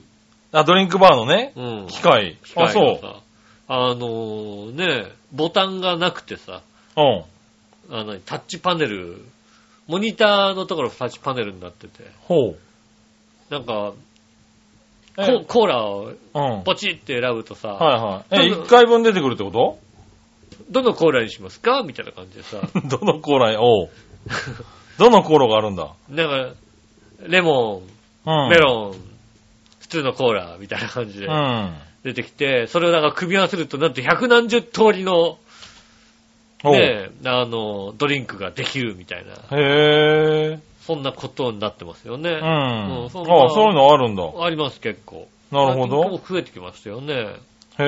S3: あ、ドリンクバーのね、
S2: うん。
S3: 機械。
S2: 機械
S3: あ、
S2: が
S3: そう。
S2: さあのーね、ボタンがなくてさ、
S3: うん。
S2: あの、タッチパネル、モニターのところがタッチパネルになってて、
S3: ほう。
S2: なんか、コ
S3: え
S2: コーラを
S3: うん。はい
S2: ポチって選ぶとさ、
S3: はい。え、
S2: ちょっと
S3: 一回分出てくるってこと
S2: どのコーラにしますかみたいな感じでさ、
S3: どのコーラ おう。どのコーラがあるんだ
S2: なんか、レモ
S3: う
S2: ン、
S3: ん。
S2: メロン、普通のコーラみたいな感じで
S3: うん。
S2: 出てきて、それをなんか組み合わせると、なんと百何十通りの、
S3: おう。
S2: ね、
S3: へ
S2: あの、ドリンクができるみたいな、
S3: え。
S2: そんなことになってますよね。
S3: うん。あ
S2: う
S3: あ、
S2: んそ
S3: そ
S2: うう
S3: いうのあるんだ。
S2: あります、結構。
S3: なるほど
S2: 最近結構増えてきましたよね。
S3: へ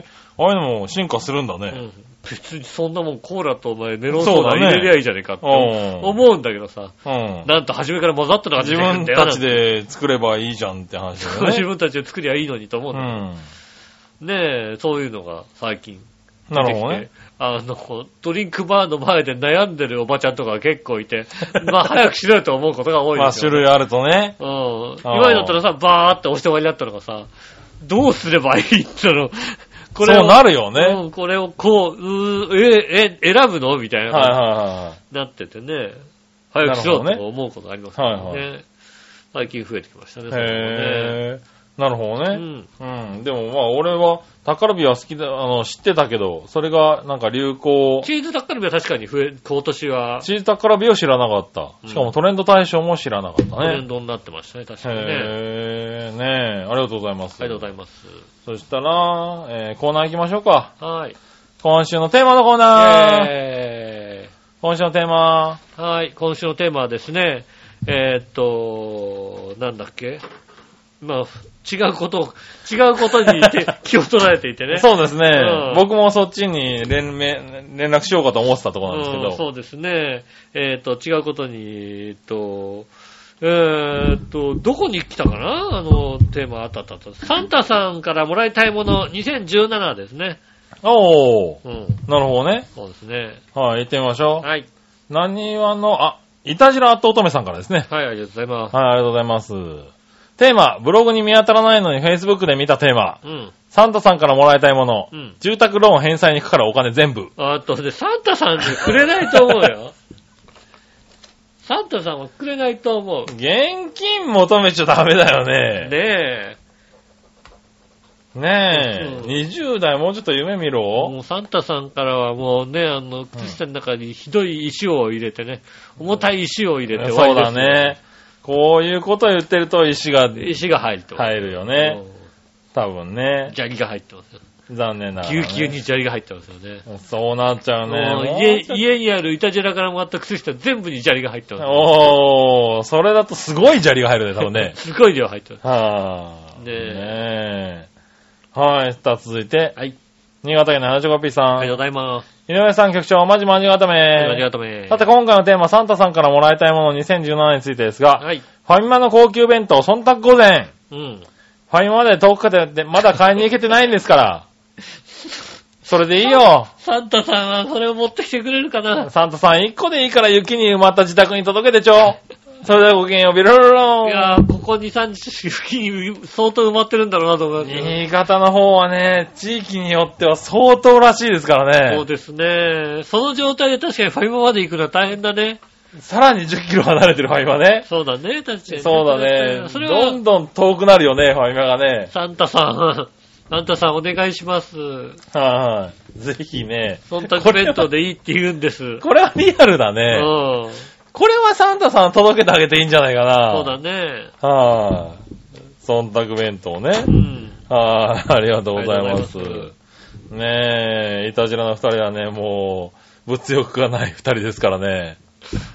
S3: え。ああいうのも進化するんだね。
S2: うん別にそんなもんコーラとお前メロンソーダ入れりゃいいじゃねえかって
S3: うん
S2: 思うんだけどさ、
S3: うん。
S2: なんと初めから混ざったのが
S3: 自分たち
S2: で。
S3: で作ればいいじゃんって 話だよ
S2: 自
S3: ね。
S2: 分たちで作りゃいいのにと思
S3: う
S2: うんだ
S3: ん。
S2: ねえ、そういうのが最近出
S3: な
S2: て
S3: る
S2: き
S3: ほど
S2: て
S3: ね。、
S2: あの、こうドリンクバーの前で悩んでるおばちゃんとかが結構いて、 まあ早くしろよと思うことが多い
S3: ま
S2: で
S3: あ
S2: すよ
S3: 種
S2: ね。
S3: 類あるとね。
S2: うん。今だったらさ、バーって押して終わりだったのがさ、どうすればいいっての
S3: そ
S2: こ
S3: う
S2: れを
S3: なるよね。はい
S2: うん、これをこう、うーえ、え、選ぶのみたいな、
S3: はいはいはい。
S2: なっててね、早くしろ
S3: な
S2: と
S3: るほどね
S2: か思うことありますからね。
S3: はい
S2: 最近増えてきましたね、それもね
S3: へー。なるほど
S2: う
S3: ね。
S2: ん。
S3: うん。でもまあ俺は、宝火は好きだ、あの、知ってたけど、それがなんか流行、
S2: チーズタッカルビは確かに増え、今年は
S3: チーズ宝火を知らなかった。しかもトレンド大賞も知らなかった
S2: トレン
S3: ね。
S2: ドになってましたね、確かにね。
S3: へー。ねえ、ありがとうございます。
S2: ありがとうございます。
S3: そしたら、えー、コーナー行きましょうか。
S2: はい。
S3: 今週のテーマのコーナー。
S2: え
S3: 今週のテーマ。
S2: ーはい、今週のテーマはですね、えーっと、なんだっけまあ、違うこと、違うことにて気を取られていてね。
S3: そうですね、
S2: うん
S3: 僕もそっちに連名連絡しようかと思ってたところなんですけど。
S2: うんそうですね。えーっと、違うことに、えーっと、えーっと、どこに来たかなあの、テーマあったあったあった。サンタさんからもらいたいもの2017ですね。
S3: おー。
S2: うん。
S3: なるほどね。
S2: そうですね。
S3: はい、行ってみましょう。
S2: はい。
S3: 何話の、あ、いたじらあっと乙女さんからですね。
S2: はい、ありがとうございます。
S3: はい、ありがとうございます。テーマ、ブログに見当たらないのに Facebook で見たテーマ、
S2: うん。
S3: サンタさんからもらいたいもの、
S2: うん
S3: 住宅ローン返済にかかるお金全部。
S2: あとね、サンタさんにくれないと思うよ。 サンタさんはくれないと思う。
S3: 現金求めちゃダメだよ
S2: ね
S3: ね。
S2: え。
S3: ねえ、
S2: うん
S3: 20代もうちょっと夢見ろ。
S2: もうサンタさんからはもうね、あの、靴下の中にひどい石を入れてね、重たい石を入れて終わ
S3: そ
S2: り
S3: う
S2: です
S3: だ。ね。こういうこと言ってると石が
S2: 石が入ると。
S3: 入るよね。多分
S2: うん。
S3: ね。
S2: 砂利が入ってますよ。
S3: 残念ながら、
S2: ぎゅ
S3: ね。
S2: うぎゅうに砂利が入ってますよね。
S3: そうなっちゃうね。
S2: もう
S3: もう
S2: 家
S3: ちょっと
S2: 家にあるイタジェラからもらった靴下全部に砂利が入ってます。。
S3: おー、それだとすごい砂利が入るね、多分ね
S2: すごい量入ってま
S3: はぁ。
S2: ね
S3: ねえ。はい、さあ続いて
S2: す。、はい。
S3: 新潟県の 75P
S2: あ
S3: さ。
S2: りがとうんございます。
S3: 井上さん局長、まじまじがた
S2: あり
S3: め。
S2: がとうね。
S3: さて、今回のテーマ、サンタさんからもらいたいもの2017についてですが、
S2: はい。
S3: ファミマの高級弁当、忖度午前。
S2: うん。
S3: ファミマまで遠くからで、まだ買いに行けてないんですから。それでいいよ。
S2: サンタさんはそれを持ってきてくれるかな
S3: サンタさん1個でいいから雪に埋まった自宅に届けてちょ。それではごきげんよう、ビロロロ
S2: い
S3: ン。
S2: やー、ここ2、3日付近相当埋まってるんだろうなと思いますけど
S3: 新潟の方はね、地域によっては相当らしいですから
S2: そう
S3: ね。
S2: ですね。その状態で確かにファミマまで行くのは大変だね。
S3: さらに10キロ離れてるファミマね。
S2: そうだね、確かに。
S3: そうだね。
S2: それ
S3: ど
S2: は
S3: ん、どん遠くなるよね、ファミマがね。
S2: サンタさん、 サンタさんお願いします。
S3: はい。ぜひね。
S2: そんたく弁当でいいって言うんです。
S3: これはリアルだ
S2: う
S3: ね。
S2: ん。
S3: これはサンタさん届けてあげていいんじゃないかな。
S2: そうだね。
S3: はい、忖度弁当ね。
S2: うん。
S3: はい、あ、りがとうございます。
S2: ありがとうござい
S3: ねえ、いたじらの二人はね、もう、物欲がない二人ですからね。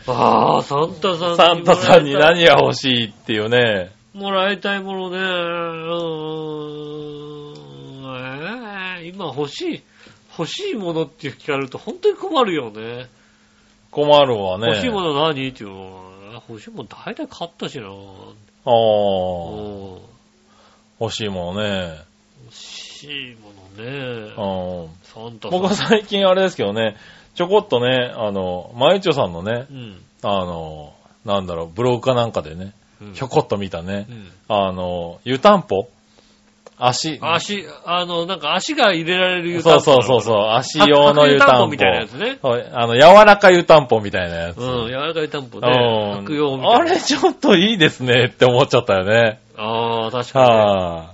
S2: ああ、サンタさん
S3: サンタさんに
S2: もらい
S3: 何が欲しいっていうね。
S2: たいもらいたいものね。うーん。えー、今欲しい、欲しいものって聞かれると本当に困るよね。
S3: 困るわね。
S2: 欲しいもの何っていうの欲しいもの大体買ったしな。
S3: ああ、
S2: うん
S3: 欲しいものね。
S2: 欲しいものね。
S3: うん
S2: サンタさん。
S3: 僕は最近あれですけどね、ちょこっとね、あの、まゆちょさんのね
S2: う、ん。
S3: あの、なんだろう、ブログかなんかでね、
S2: うん
S3: ひょこっと見たね
S2: う、ん。
S3: あの、湯たんぽ足。
S2: 足、あの、なんか足が入れられる湯たん
S3: そう
S2: ぽ
S3: そうそうそう、足用の湯たんぽ。
S2: みたいなやつね。
S3: はいあの、柔らか湯たんぽみたいなやつ。
S2: うん、柔らかい湯たんぽ
S3: うん
S2: ね。白用みたいな。
S3: あれちょっといいですねって思っちゃったよね。
S2: ああ、確か
S3: は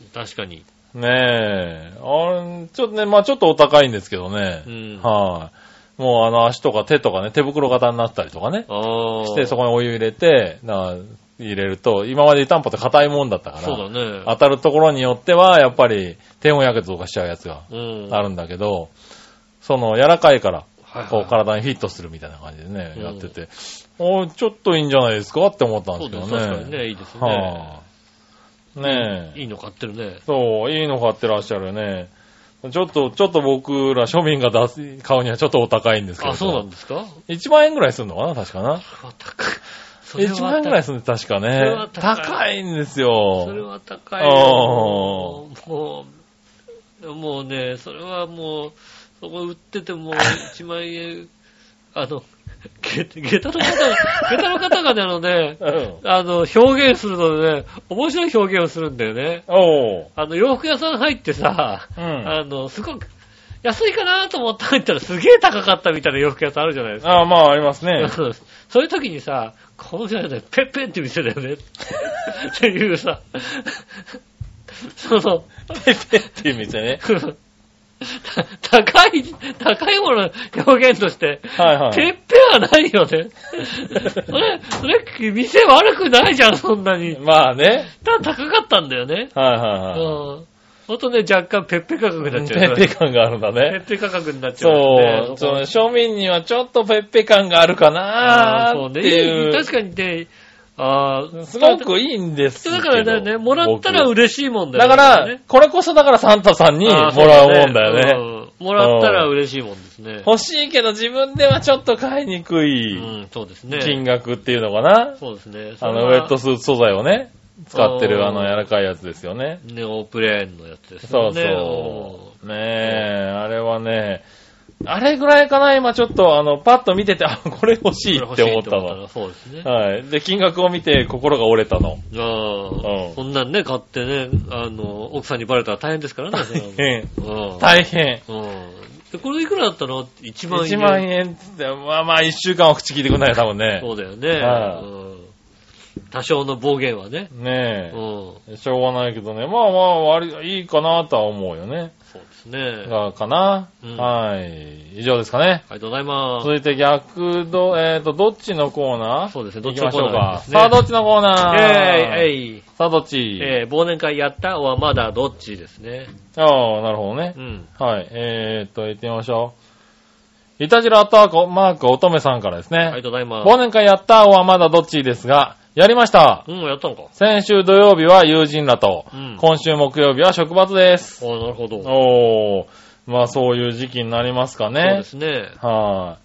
S2: に。確かに。
S3: い、ねえ。あれ、ちょっとね、まあちょっとお高いんですけどね。
S2: うん。
S3: はい、もうあの足とか手とかね、手袋型になったりとかね。
S2: ああ。
S3: して、そこにお湯入れて、な入れると、今まで湯たんぽって硬いもんだったから、
S2: そうだね。
S3: 当たるところによっては、やっぱり、低温やけどとかしちゃうやつが
S2: うん。
S3: あるんだけど、その、柔らかいから、
S2: はいはい
S3: こう体にフィットするみたいな感じでね、
S2: うん
S3: やってて、おーちょっといいんじゃないですかって思ったん
S2: そ
S3: で
S2: う
S3: すけ
S2: で
S3: ど
S2: す。
S3: ね。
S2: 確かにね、いいですね。
S3: はあ、ねえ。
S2: いいの買ってるね。
S3: そう、いいの買ってらっしゃるよね。ちょっと、ちょっと僕ら庶民が出す、買うにはちょっとお高いんですけど。
S2: あ、そうなんですか
S3: 1万円ぐらいするのかな確かな。
S2: あ高い。それは
S3: 1万円ぐらいするんで確か
S2: それ
S3: ね
S2: は。高い
S3: 高いんです
S2: それ
S3: よ。
S2: は高いよ。もう、もうもうね、それはもう、そこ売ってて も1万円、あの、下下駄の方が、下駄の方がね、あのね、
S3: うん
S2: あの、表現するのでね、面白い表現をするんだよね。
S3: おう。
S2: あの、洋服屋さん入ってさ、
S3: うん。
S2: あの、すごく、安いかなと思って入ったらすげえ高かったみたいな洋服屋さんあるじゃないですか。
S3: ああ、まあ、ありますね。
S2: そうですそういう時にさ、このじゃない、ペッペンって店だよね。っていうさ、その、
S3: ペペっていう店ね。
S2: た高い、高いものの表現として、
S3: はいは
S2: て
S3: い
S2: っ。ぺんはないよね。それ、それ、店悪くないじゃん、そんなに。
S3: まあね。
S2: ただ高かったんだよね。
S3: はいうは
S2: ん。ほんとね、若干ペッペ価格に
S3: いは
S2: なっ
S3: い。
S2: ちゃう。
S3: ペペ感があるんだ
S2: ペ
S3: ね。
S2: ッペ価格になっちゃう、
S3: そう、
S2: そ
S3: そ
S2: こ
S3: の庶民にはちょっとペッペ感があるかな
S2: ああ、そ
S3: ー
S2: う
S3: って
S2: ね。
S3: い。
S2: いうい確かにね、ああ、
S3: すごくいいんですけど。
S2: だからね、もらったら
S3: 僕
S2: 嬉しいもんだよ
S3: だ
S2: ね。
S3: から
S2: ね、
S3: これこそだからサンタさんにも
S2: ああそ
S3: らうもんだ
S2: ね
S3: よね。
S2: うんもらったら嬉しいもんですね。
S3: 欲しいけど自分ではちょっと買いにく
S2: う
S3: い
S2: ん、そうですね。
S3: 金額っていうのかな。
S2: そうですね。そ
S3: あ
S2: れは
S3: の、ウェットスーツ素材をね、使ってるあの
S2: うん
S3: 柔らかいやつですよね。
S2: ネオプレーンのやつです
S3: そ
S2: よ
S3: う
S2: ね。
S3: そう。ねえ、あれはね、あれぐらいかな、今ちょっと、あの、パッと見てて、あ、これ欲しいって思ったの。
S2: の。そうですね。
S3: はい。で、金額を見て心が折れたの。
S2: ああ、
S3: うん
S2: そんなんね、買ってね、あの、奥さんにバレたら大変です からね。それは
S3: 変。
S2: うん。
S3: 大変。
S2: うん。で、これいくらだったの ?1 万円。
S3: 1万円っつって、まあまあ、1週間は口聞いてくんないよ、多分ね。
S2: そうだよね。
S3: はい
S2: うん。多少の暴言はね。うん
S3: ね。え。しょうがないけどね。まあまあ、割り、いいかなとは思うよね。
S2: そうですね。あ
S3: がかな。
S2: うん
S3: はい。以上ですかね。
S2: りがとうございます。
S3: 続いて逆ど、えっ、と、どっちのコーナー
S2: そうですね
S3: 行きましょ
S2: ど
S3: う
S2: っ
S3: か。
S2: ちのコーナーですね
S3: さあ、どっちのコーナー
S2: え
S3: い。
S2: い、えい、
S3: さあ、どっち
S2: えー忘年会やったはまだどっちですね。
S3: ああ、なるほどね
S2: う。ん。
S3: はい。えー、っと、行ってみましょう。いたじらアットワークマーク乙女さんからですね。
S2: ありがとうございます。
S3: 忘年会やったはまだどっちですが、やりました。
S2: うん、やったのか。
S3: 先週土曜日は友人らと、
S2: うん
S3: 今週木曜日は職場です。
S2: おなるほど。そう
S3: おー、まあそういう時期になりますか
S2: で
S3: ね。
S2: すね。
S3: は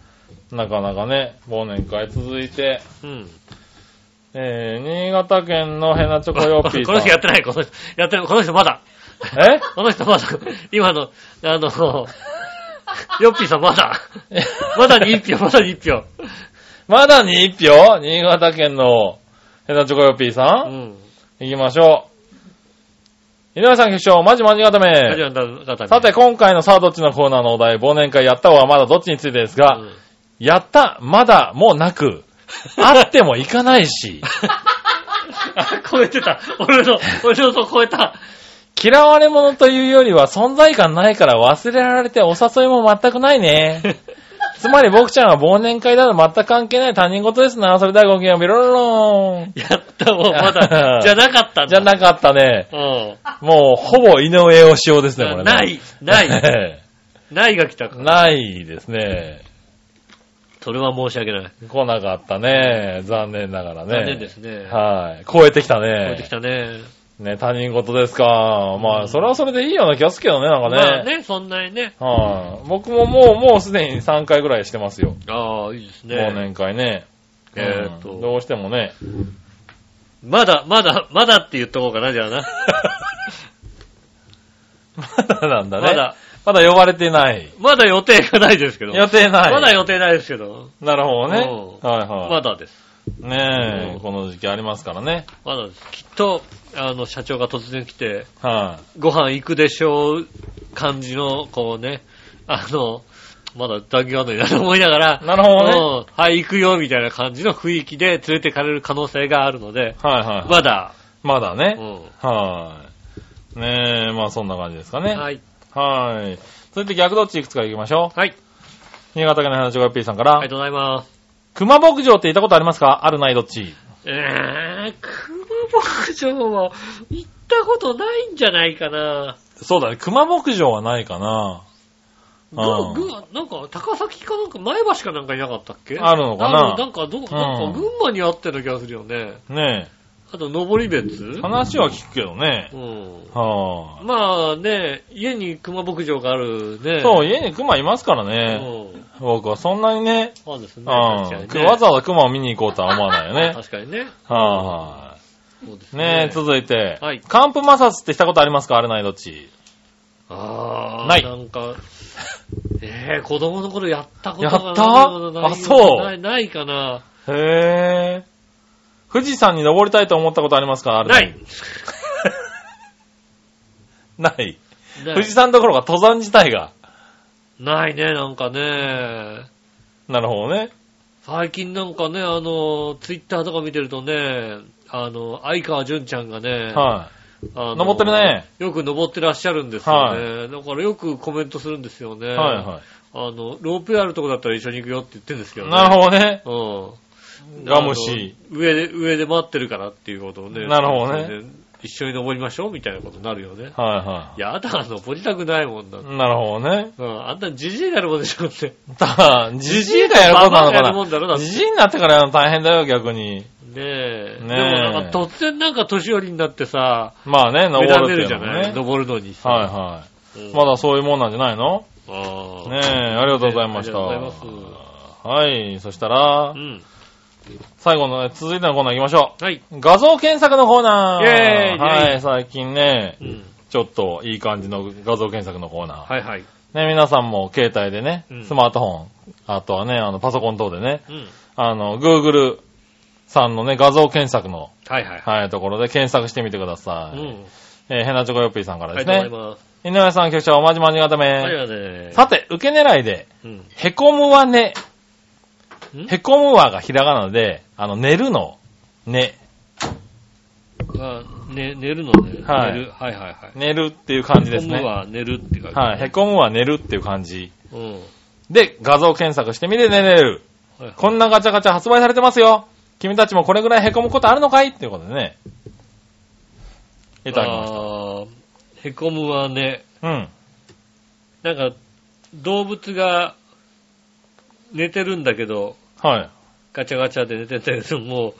S3: い。なかなかね、忘年会続いて、
S2: うん。
S3: えー、新潟県のヘナチョコヨッピーさ
S2: こ
S3: ん。
S2: の人やってない、この人。やってない、この人まだ。
S3: え
S2: この人まだ。 今の、あ の、ヨッピーさんまだ。まだに一票、まだに一票。
S3: まだに一票新潟県のヘナチョコヨッピーさ。
S2: うんん。
S3: 行きましょう。井上さん決勝、マジマジ固
S2: ラジ
S3: め。
S2: オの方に
S3: さて、、今回のさあどっちのコーナーのお題、忘年会やったはまだどっちについてですが、
S2: うん
S3: やった、まだ、もうなく、あっても行かないし、
S2: あ、超えてた。俺の、俺のそう超えた。
S3: 嫌われ者というよりは存在感ないから忘れられてお誘いも全くな いね。つまり僕ちゃんは忘年会など全く関係ない他人事ですな。それではごきげんよう、ビロロローン。
S2: やった、もうま だ。じゃなかったんだ
S3: じゃなかったね。
S2: うん。
S3: もう、ほぼ井上をしようですね、これね。
S2: ない、ない、
S3: い。
S2: ないが来たから。
S3: ないですね。
S2: それは申し訳ない。
S3: 来なかったね。残念ながらね。
S2: 残念ですね。
S3: はい。超えてきた
S2: 超
S3: ね。
S2: えてきたね。
S3: ね、他人事ですか。まあ、それはそれでいいような気がするけどね、なんかね。
S2: まあね、そんなにね。
S3: はい、僕ももう、もうすでに3回ぐらいしてますよ。
S2: ああ、いいですね。
S3: 忘年会ね。
S2: えーっと
S3: うんどうしてもね。
S2: まだ、まだ、まだって言っとこうかな、じゃあな。
S3: まだなんだね。
S2: ま。だ、
S3: まだ呼ばれてない。
S2: まだ予定がないですけど。
S3: 予定ない。
S2: まだ予定ないですけど。
S3: なるほどね。
S2: う
S3: はいはい。
S2: まだです。
S3: ねえ、
S2: うん
S3: この時期ありますからね。
S2: まだです。きっと、あの、社長が突然来て、
S3: はい、
S2: ご飯行くでしょう、感じの、こうね、あの、まだ残業あんのになと思いながら、
S3: なるほどね。
S2: うんはい、行くよ、みたいな感じの雰囲気で連れてかれる可能性があるので、
S3: はいはい。
S2: まだ、
S3: まだね。
S2: うん
S3: はい、ねえ、まあそんな感じですかね。。
S2: はいい。
S3: はい。続いて逆どっちいくつか行きましょう。
S2: はい。
S3: 新潟県の花千代 P さんか
S2: あ
S3: ら
S2: りが。とうございます。
S3: 熊牧場って行ったことありますかあるないどっち
S2: えー、熊牧場は行ったことないんじゃないかな。
S3: そうだね。熊牧場はないかな。
S2: ぐ、
S3: うん
S2: ぐ、なんか、高崎かなんか前橋かなんかいなかったっけ
S3: あるのかな
S2: あるなんかど、なんか群馬にあったような気がするよね。
S3: ね
S2: あと、登別
S3: え。話は聞くけどね
S2: う。ん。
S3: はあ。
S2: まあね、家に熊牧場がある ね。
S3: そう、家に熊いますからね。
S2: うん。
S3: 僕はそんなにね、
S2: そうですね。
S3: うん、
S2: 確かにね
S3: わざわざ熊を見に行こうとは思わないよね。
S2: 確かにね。
S3: はい、
S2: そうです
S3: ねえ、続いて。
S2: はい
S3: カンプ摩擦ってしたことありますかあるないどっち
S2: ああ、
S3: ない
S2: なんか、 ええ子供の頃やったこと
S3: や
S2: が
S3: っ
S2: な
S3: た
S2: いような。
S3: あそう
S2: ない、ないかな。
S3: へえ。富士山に登りたいと思ったことありますかある
S2: ない。
S3: ない。
S2: ない
S3: 富士山どころか登山自体が。
S2: ないね、なんかね。
S3: なるほどね。
S2: 最近なんかね、あの、ツイッターとか見てるとね、あの、相川純ちゃんがね、
S3: は
S2: あの
S3: 登ってるね。
S2: よく登ってらっしゃるんですよね。だからよくコメントするんですよね。
S3: い。はいは
S2: あの、ロープウェイあるとこだったら一緒に行くよって言ってるんですけ
S3: い。
S2: どね。
S3: なるほどね。
S2: ほうん。
S3: ガムシ。
S2: あの。上で、上で待ってるからっていうことをね。
S3: なるほどね
S2: それで。一緒に登りましょうみたいなことになるよね。
S3: はいはい
S2: やだ、登りたくないもんだって。
S3: い。なるほどね。
S2: うん、あんたじじいになるもんでしょって。
S3: ただ、じじいがやること
S2: ババアがや
S3: な
S2: るも
S3: の
S2: んだろだ
S3: か
S2: っ
S3: な。
S2: て
S3: じじいになってからやるの大変だよ、逆に。
S2: ねえ。
S3: ね
S2: でも
S3: え
S2: なんか突然なんか年寄りになってさ、
S3: まあね、
S2: 目
S3: 登
S2: 立て
S3: る
S2: る
S3: って
S2: じ
S3: い
S2: ゃ
S3: うの
S2: ない、
S3: ね。
S2: 登るのにさ。
S3: はいは
S2: うん
S3: い。まだそういうもんなんじゃないの
S2: ああ。
S3: ねえ、ありがとうございました。
S2: ありがとうございま
S3: はい、そしたら
S2: う、ん。
S3: 最後のね、続いてのコーナー行きましょ
S2: はい。
S3: う。画像検索のコーナー。
S2: イェーイ
S3: はい、最近ね
S2: う、ん。
S3: ちょっといい感じの画像検索のコーナー。
S2: はいはい。
S3: ね、皆さんも携帯でね
S2: うん、
S3: スマートフォン、あとはね、あの、パソコン等でね、
S2: うん。
S3: あの、Google さんのね、画像検索の、
S2: はいはい。
S3: はい、ところで検索してみてください。
S2: うん。
S3: えーヘナチョコヨッピーさんから
S2: あ
S3: で
S2: り
S3: す
S2: がとう
S3: ね。
S2: ございます。
S3: 井上さん、局長、おまじまじがた
S2: あり
S3: め。
S2: がとうございます。
S3: さて、受け狙いで、
S2: うん。
S3: へこむはね、
S2: ん
S3: へこむはがひらがなで、あの、寝るの、ね、
S2: あ、ね、寝るのね。
S3: はい
S2: 寝る。はいはいはい。
S3: 寝るっていう感じです
S2: へこむ
S3: ね。
S2: は寝るって書いてあ
S3: はい、へこむは寝るっていう感じ。
S2: る。うん。
S3: で、画像検索してみて寝れる。
S2: はいはい
S3: こんなガチャガチャ発売されてますよ。君たちもこれぐらいへこむことあるのかいっていうことでね。いただきまし
S2: あーへこむはね、
S3: た。うん。
S2: なんか、動物が寝てるんだけど、
S3: はい。
S2: ガチャガチャで寝てたけど、も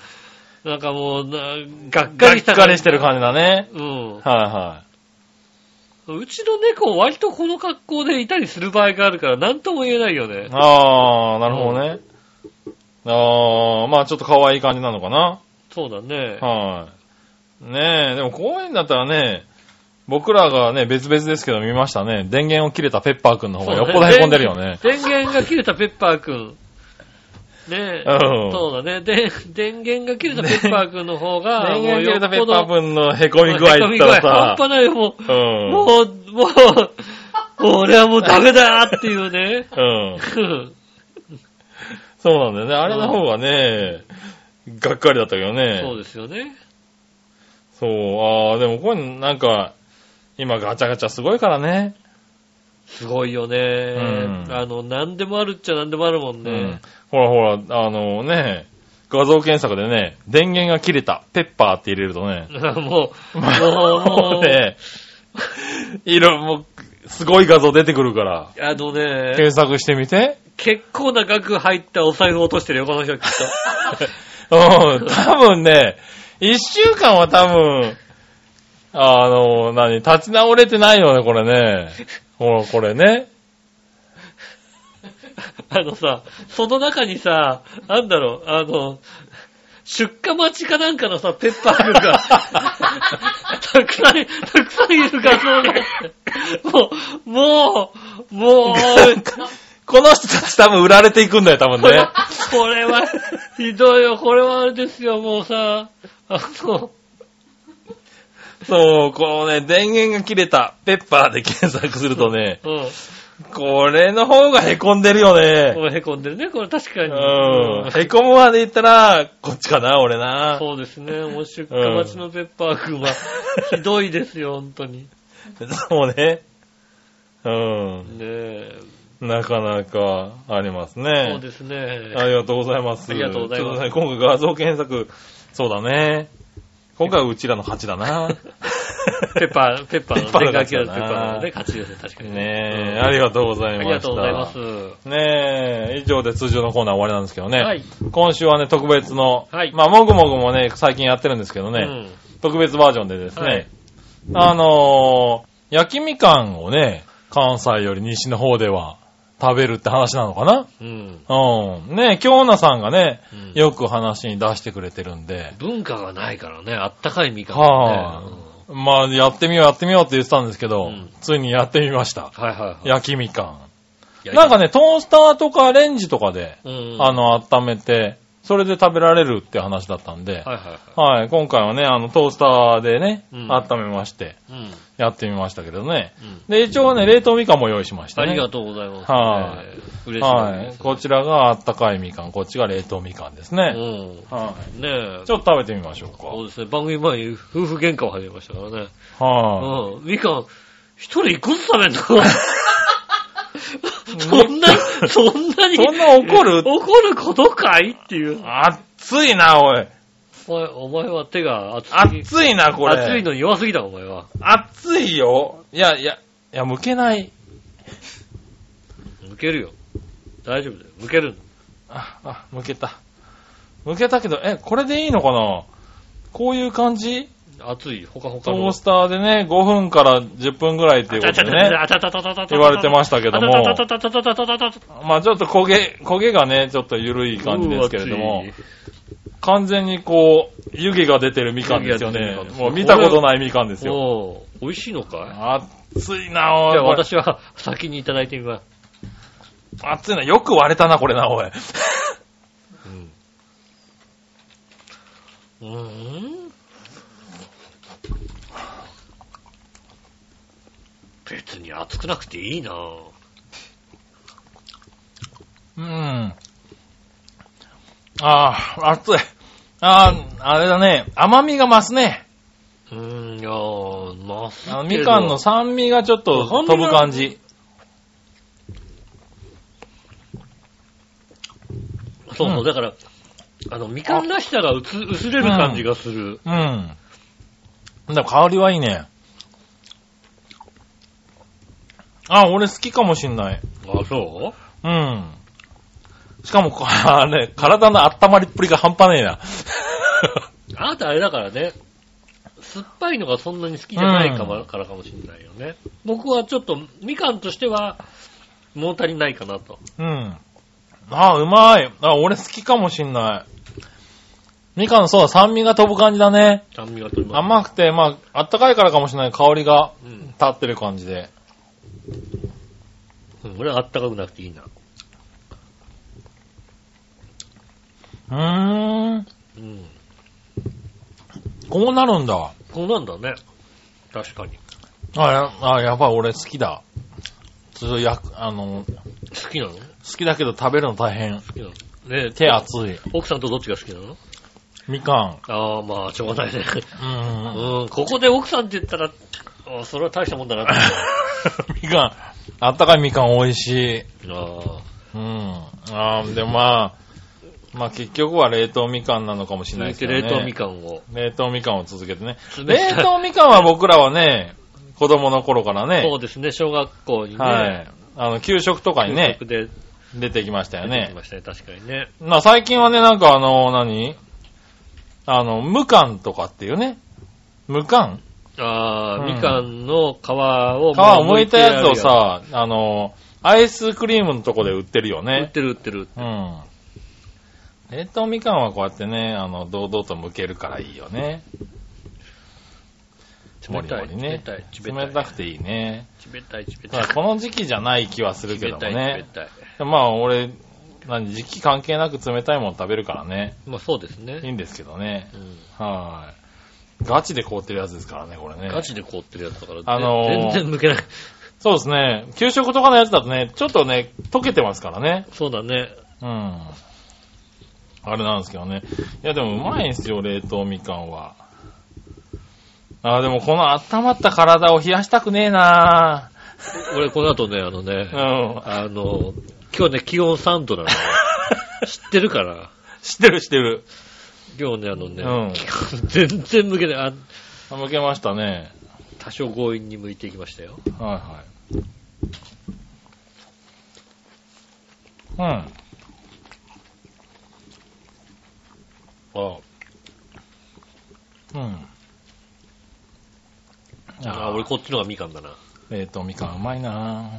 S2: う、なんかもう、ながっ
S3: が
S2: か
S3: っ
S2: りした
S3: かりしてる感じだね。
S2: うん。
S3: は
S2: うちの猫割とこの格好でいたりする場合があるから、なんとも言えないよ
S3: いはい。
S2: ね。
S3: あー、なるほどね。あー、まあちょっと可愛い感じなのかな。
S2: そうだね。
S3: はい。ねえ、でも公園だったらね、僕らがね、別々ですけど見ましたね。電源を切れたペッパーくんの方がよっぽどへこんでるよね。
S2: 電源が切れたペッパーくん。ねえ、
S3: うん
S2: そうだね。で、電源が切れたペッパーくんの方が、
S3: 電源切れたペッパー
S2: ん
S3: くんのへこみ具合って言った らさ、
S2: 半端ないよ、もう。
S3: うん。
S2: もう、もう、もう俺はもうダメだーっていう ね。
S3: うん。
S2: うん
S3: そうなんだよね。あれの方がね、がっかりだったけどね。
S2: そうですよね。
S3: そうああ、でもこれなんか、今ガチャガチャすごいからね。
S2: すごいよね、
S3: うん
S2: あの、何でもあるっちゃ何でもあるもん
S3: う
S2: ね。
S3: ん。ほらほら、あのね、画像検索でね、電源が切れた、ペッパーって入れるとね、
S2: もう、もう、も
S3: もう ね、いろいろ、もう、すごい画像出てくるから、
S2: う、あのね、
S3: 検索してみて。
S2: 結構な額入ったお財布落としてるよ、この人きっ
S3: うん、 多分ね、一週間は多分、あの、何、立ち直れてないよね、これ ね。ほら、これね。
S2: と。あのさ、その中にさ、なんだろう、あの、出荷待ちかなんかのさ、ペッパー君が、たくさん、たくさんいる画像が、もう、もう、もう、
S3: この人たち多分売られていくんだよ、多分 ね。
S2: これは、ひどいよ、これはあれですよ、もうさ、あの、
S3: そう、こうね、電源が切れた、ペッパーで検索するとね、
S2: うん。
S3: これの方が凹んでるよ
S2: こ
S3: ね。
S2: れ凹んでるね、これ確かに。
S3: うん。凹むまで言ったら、こっちかな、俺な。
S2: そうですね。もう出荷待ちのペッパー君は、ひどいですよ、本当に。
S3: そうね。う
S2: ね
S3: ん。
S2: え。
S3: なかなかあります
S2: そう
S3: ね。
S2: ですね。
S3: ありがとうございます。
S2: ありがとうございます
S3: ちょっとね今回画像検索、そうだね。今回はうちらの勝ちだ な。
S2: ペッパー、ペッパー
S3: ペッパー
S2: の
S3: の
S2: ガ
S3: 勝
S2: キ
S3: ち
S2: の
S3: だ
S2: ペ
S3: な
S2: ッパーね、勝ちですね、確かに。
S3: ねえ、
S2: うん
S3: ありがとうござい
S2: あ
S3: まし
S2: り
S3: た。
S2: がとうございます。
S3: ねえ、以上で通常のコーナー終わりなんですけどね。
S2: はい
S3: 今週はね、特別の、
S2: はい
S3: まあ、もぐもぐもね、最近やってるんですけど
S2: う
S3: ね、
S2: ん。
S3: 特別バージョンでですね、
S2: はい
S3: あのー焼きみかんをね、関西より西の方では食べるって話なのかな
S2: うん。
S3: うん。ねえ、京奈さんがね、
S2: うん
S3: よく話に出してくれてるんで、
S2: 文化がないからね、あったかいみかん
S3: は
S2: ね。
S3: あ、まあ、やってみようやってみようって言ってたんですけど、
S2: うん
S3: ついにやってみました。
S2: うんはいはいは
S3: 焼きみかん。
S2: い。
S3: なんかね、トースターとかレンジとかで、
S2: うん、
S3: あの、温めて、それで食べられるって話だったん
S2: は
S3: で、
S2: いはいはい。
S3: はい、今回はね、あの、トースターでね、
S2: うん
S3: 温めまして、
S2: うん。うん。
S3: やってみましたけどね。で、一応ね、冷凍みかんも用意しました
S2: あ
S3: ね。
S2: りがとうございます。。
S3: はい
S2: 嬉しい
S3: は
S2: で
S3: い。
S2: す。
S3: こちらがあったかいみかん、こっちが冷凍みかんですね。
S2: うん。
S3: は
S2: ねえ。
S3: い。ちょっと食べてみましょ
S2: そううですね。番組前に夫婦喧嘩を始めましたからね。
S3: か。は
S2: うん。みかん、一人一個ずつ食べんのそんな、そんなに。
S3: そんな怒る
S2: 怒ることかいっていう
S3: い。。熱いな、おい。
S2: お前、お前は手が熱すぎ。
S3: 熱いな、これ。
S2: 熱いのに弱すぎだ、お前は。
S3: 熱いよ。いや、いや、いや、剥けない。
S2: 向けるよ。大丈夫だよ。向けるの。
S3: あ、あ、剥けた。剥けたけど、え、これでいいのかなこういう感じ
S2: 熱い、ほかほか
S3: ト
S2: の。
S3: ースターでね、5分から10分ぐらいっていうことでね、
S2: あたたたたたたた
S3: 言われてましたけども
S2: あたたたたたたたたた
S3: まあちょっと焦げ、焦げがね、ちょっと緩い感じですけれども
S2: うー、熱い
S3: 完全にこう、湯気が出てるみかんですよ
S2: 湯気
S3: ね
S2: が出てるみかんで。す
S3: もう見たことないみかんですよ。
S2: おう美味しいのか
S3: 熱いな、
S2: い
S3: お
S2: じゃあ
S3: い。
S2: 私は先にいただいてみます。
S3: 熱いな、よく割れたな、これな、おい。
S2: うーん。別に熱くなくていいなぁ。
S3: うん。ああ、熱い。ああ、あれだね。甘みが増すね。
S2: うーん、いやぁ、まあす
S3: あの
S2: けど
S3: みかんの酸味がちょっと
S2: 酸味
S3: 飛
S2: が
S3: ぶ感じ。
S2: そうそうう、
S3: ん
S2: だから、あの、みかんらしさがうつ薄れる感じがする。
S3: うん。でも香りはいいね。あ、俺好きかもしんない。
S2: あ、そ
S3: うん。しかも、こ あれ、体の温まりっぷりが半端ねえな。
S2: うあなたあれだからね、酸っぱいのがそんなに好きじゃないか,、
S3: うん
S2: からかもしれないよね。僕はちょっと、みかんとしては、物足りないかなと。
S3: うん。あ、うまい。あ、俺好きかもしんない。みかん、そうだ、酸味が飛ぶ感じだね。
S2: 酸味がとります。
S3: 甘くて、まあ、あったかいからかもしれない香りが
S2: うん。
S3: 立ってる感じで。
S2: うん俺はあったかくなくていいな。
S3: うーん。
S2: うん。
S3: こうなるんだ。
S2: こうなんだね。確かに。
S3: あ、やあやばい、俺好きだ。ちょっとや、あの、
S2: 好きなの好
S3: 好きだけど食べるの大変。
S2: きなのねえ
S3: 手熱い。
S2: 奥さんとどっちが好きなの
S3: みか
S2: ああ、まあ、しょうがないね。
S3: ん。うん。
S2: うん、ここで奥さんって言ったら、あそれは大したもんだな って
S3: みかん。あったかいみかん美味しい。
S2: 思う。あ
S3: うん。あーでもまあ、まあ結局は冷凍みかんなのかもし
S2: あ
S3: れない
S2: 続い
S3: ですけ
S2: て
S3: ど
S2: 冷凍
S3: ね。
S2: みかんを。
S3: 冷凍みかんを続けてね。
S2: 冷
S3: 冷
S2: たい
S3: 凍みかんは僕らはね、子供の頃からね、
S2: そうですね、小学校にね。
S3: はい。あの、給食とかにね
S2: 給、食で
S3: 出てきましたよ
S2: 出てき
S3: ね。
S2: ましたね、確かにね。
S3: な、最近はね、なんかあの、何あの、みかんとかっていうね。みかん
S2: ああ、
S3: うん
S2: みかんの皮を。
S3: 皮を剥いたやつ
S2: もう
S3: を
S2: 剥いてある
S3: さ、あの、アイスクリームのとこで売ってるよ
S2: やつ、売っ
S3: ね。
S2: てる売ってる。
S3: うん。冷凍みかんはこうやってね、あの、堂々と剥けるからいいよね。
S2: 冷たい、
S3: もりもりね
S2: 冷たい、
S3: 冷たくていいね。
S2: 冷たい、冷
S3: た
S2: た
S3: だ
S2: い。
S3: この時期じゃない気はするけども
S2: 冷
S3: ね。
S2: たい、冷たい。
S3: まあ俺、何、時期関係なく冷たいもの食べるからね。
S2: まあそうです
S3: いい
S2: ね。
S3: んですけどね。
S2: うん
S3: はい。ガチで凍ってるやつですからね、これね。
S2: ガチで凍ってるやつだから、
S3: あのー
S2: 全然剥けない。
S3: そうですね。給食とかのやつだとね、ちょっとね、溶けてますからね。
S2: そうだね。
S3: うん。あれなんですけどね。いや、でもうまいんですよ、冷凍みかんは。あーでもこの温まった体を冷やしたくねえな
S2: 俺、この後ね、あのね、
S3: うん。
S2: あの、今日ね、気温3度なの。 知ってるから。
S3: 知ってる知ってる。
S2: 今日ね、あのね、
S3: うん
S2: 全然向けない。あ
S3: あ、向けましたね。
S2: 多少強引に向いていきましたよ。
S3: はいはい。
S2: あ
S3: うん。うん。
S2: あああ、俺こっちのがみかんだな。
S3: 冷凍みかんうまいな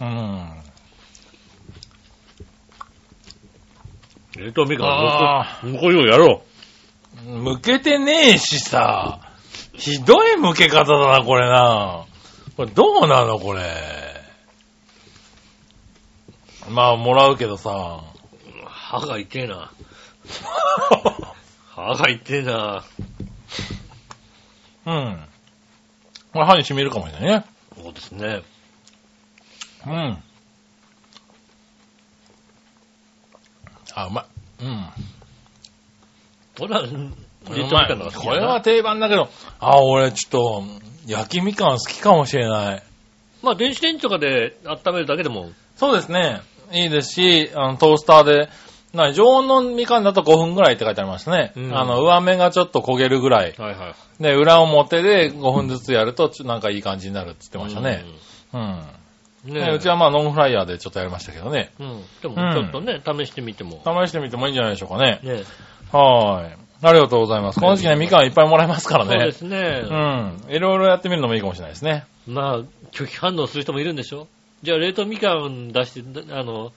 S3: ぁ。うん。
S2: 冷凍みかん
S3: あ
S2: 向こう、向こうようやろ
S3: むけてねえしさ、ひどいむけ方だな、これなこれどうなの、これ。まあ、もらうけど さ。
S2: 歯が痛えな。歯が痛えな。
S3: うん。これ歯に染みるかもしれないね。
S2: そうですね。
S3: うん。あ、うまい。うん。
S2: これは、
S3: こ
S2: 言
S3: れ
S2: っ
S3: う
S2: てみ
S3: ま
S2: たの
S3: いこれは、定番だけど、あ、俺ちょっと、焼きみかん好きかもしれない。
S2: まあ電子レンジとかで温めるだけでも、
S3: そうですね。いいですし、あの、トースターで、な常温のみかんだと5分ぐらいって書いてありましたね。
S2: うん
S3: あの、上目がちょっと焦げるぐらい。
S2: はいはい。
S3: で、裏表で5分ずつやると、ちょなんかいい感じになるって言って
S2: 出
S3: ましたね。。うん。
S2: ね
S3: ねうちはまあ、ノンフライヤーでちょっとやりましたけどね。
S2: うん。でも、
S3: うん
S2: ちょっとね、試してみても。
S3: 試してみてもいいんじゃないでしょうかね。
S2: ね。
S3: はーい。ありがとうございます。この時期ね、みかんいっぱいもらえますから
S2: そうで
S3: ね。
S2: すね。
S3: うん。いろいろやってみるのもいいかもしれないですね。
S2: まあ、拒否反応する人もいるんでしょじゃあ、冷凍みかん出して、あの、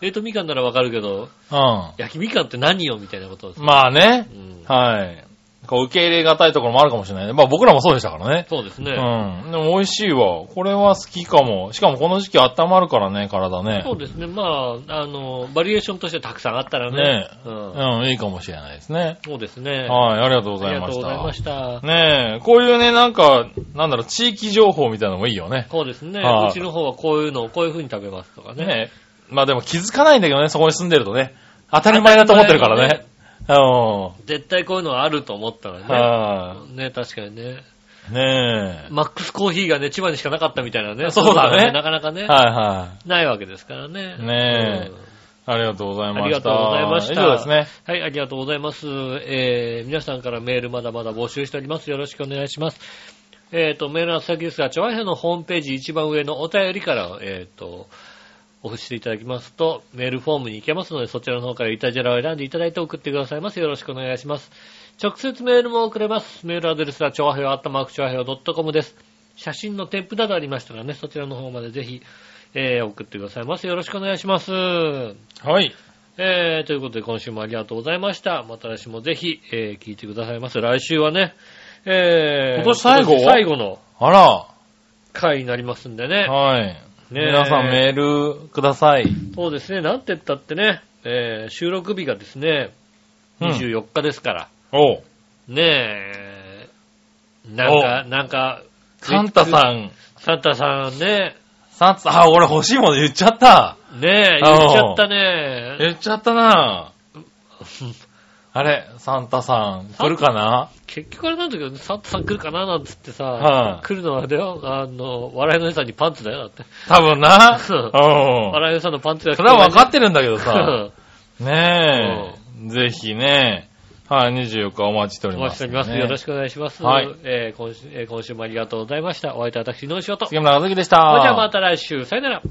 S2: 冷凍みかんならわかるけど、
S3: うん。
S2: 焼きみかんって何よみたいなことです。
S3: まあね
S2: う。ん。
S3: はい。こう、受け入れがたいところもあるかもしれないね。まあ僕らもそうでしたからね。
S2: そうですね。
S3: うん。でも美味しいわ。これは好きかも。しかもこの時期温まるからね、体ね
S2: そ。うですね。まあ、あの、バリエーションとしてたくさんあったらね。
S3: ね
S2: う。
S3: うんん、いいかもしれないですね。
S2: そうですね。
S3: はい、ありがとうご
S2: あ
S3: ざ
S2: り
S3: い
S2: が
S3: ま
S2: とうご
S3: し
S2: ざい
S3: た
S2: ま。した。
S3: ねえ、こういうね、なんか、なんだろう、地域情報みたいなのもいいよね。
S2: そうですね。
S3: はいう
S2: ちの方はこういうのをこういう風に食べますとかね。
S3: ねえ。まあでも気づかないんだけどね、そこに住んでるとね。当たり前だと思ってるからね。う
S2: 絶対こういうのはあると思ったら
S3: ん。
S2: ね。
S3: は
S2: ね、確かにね。
S3: い。ね
S2: マックスコーヒーがね、千葉にしかなかったみたいなね。
S3: そうだね
S2: いのがなかなか
S3: え。
S2: ね、
S3: はいはい。
S2: ないわけですからね。
S3: ねえ
S2: うん
S3: ありがとうございました。
S2: ありがとうございました
S3: 以上ですね。
S2: はい、ありがとうございます。えー、皆さんからメールまだまだ募集しております。よろしくお願いします。えっ、と、メールの先ですが、調和編のホームページ一番上のお便りから、えっ、と、お送していただきますと、メールフォームに行けますので、そちらの方からイタジェラを選んでいただいて送ってくださいます。よろしくお願いします。直接メールも送れます。メールアドレスは、調和編アットマーク調和編 .com です。写真の添付などありましたらね、そちらの方までぜひ、えー、送ってくださいます。よろしくお願いします。
S3: はい。
S2: えー、ということで今週もありがとうございました。また来週もぜひ、えー、聞いてくださいませ。来週はね、えー、
S3: 今年最後
S2: 今年最後の
S3: あら、
S2: 回になりますんでね。
S3: はい。
S2: ねえ
S3: 皆さんメールください。
S2: そうですね、なんて言ったってね、えー、収録日がですね、
S3: うん
S2: 24日ですから、
S3: お
S2: ねえ、なんか、なんか、
S3: サンタさん、
S2: サンタさんね、
S3: サンタ、あ、俺欲しいもの言っちゃった。
S2: ねえ、
S3: あ
S2: 言っちゃったね。
S3: 言っちゃったな あれ、サンタさん、来るかな
S2: 結局あれなんだけどね、サンタさん来るかななんつってさ、
S3: はい
S2: 来るのはね、あの、笑いの姉さんにパンツだよ、だって。
S3: 多分な。
S2: そう
S3: うん。
S2: 笑いの姉さんのパンツだ
S3: それは分か
S2: っ
S3: ってるんだけどさ。
S2: うん
S3: ねえ。ぜひね。はい、24日お待ちしており
S2: お
S3: ま
S2: 待ちし
S3: す、
S2: ております。よろしくお願いします。
S3: はい
S2: えー今週えー今週もありがとうございました。お相手は私、井上翔と。それ
S3: 杉村和樹でした。
S2: じゃあまた来週。さよなら。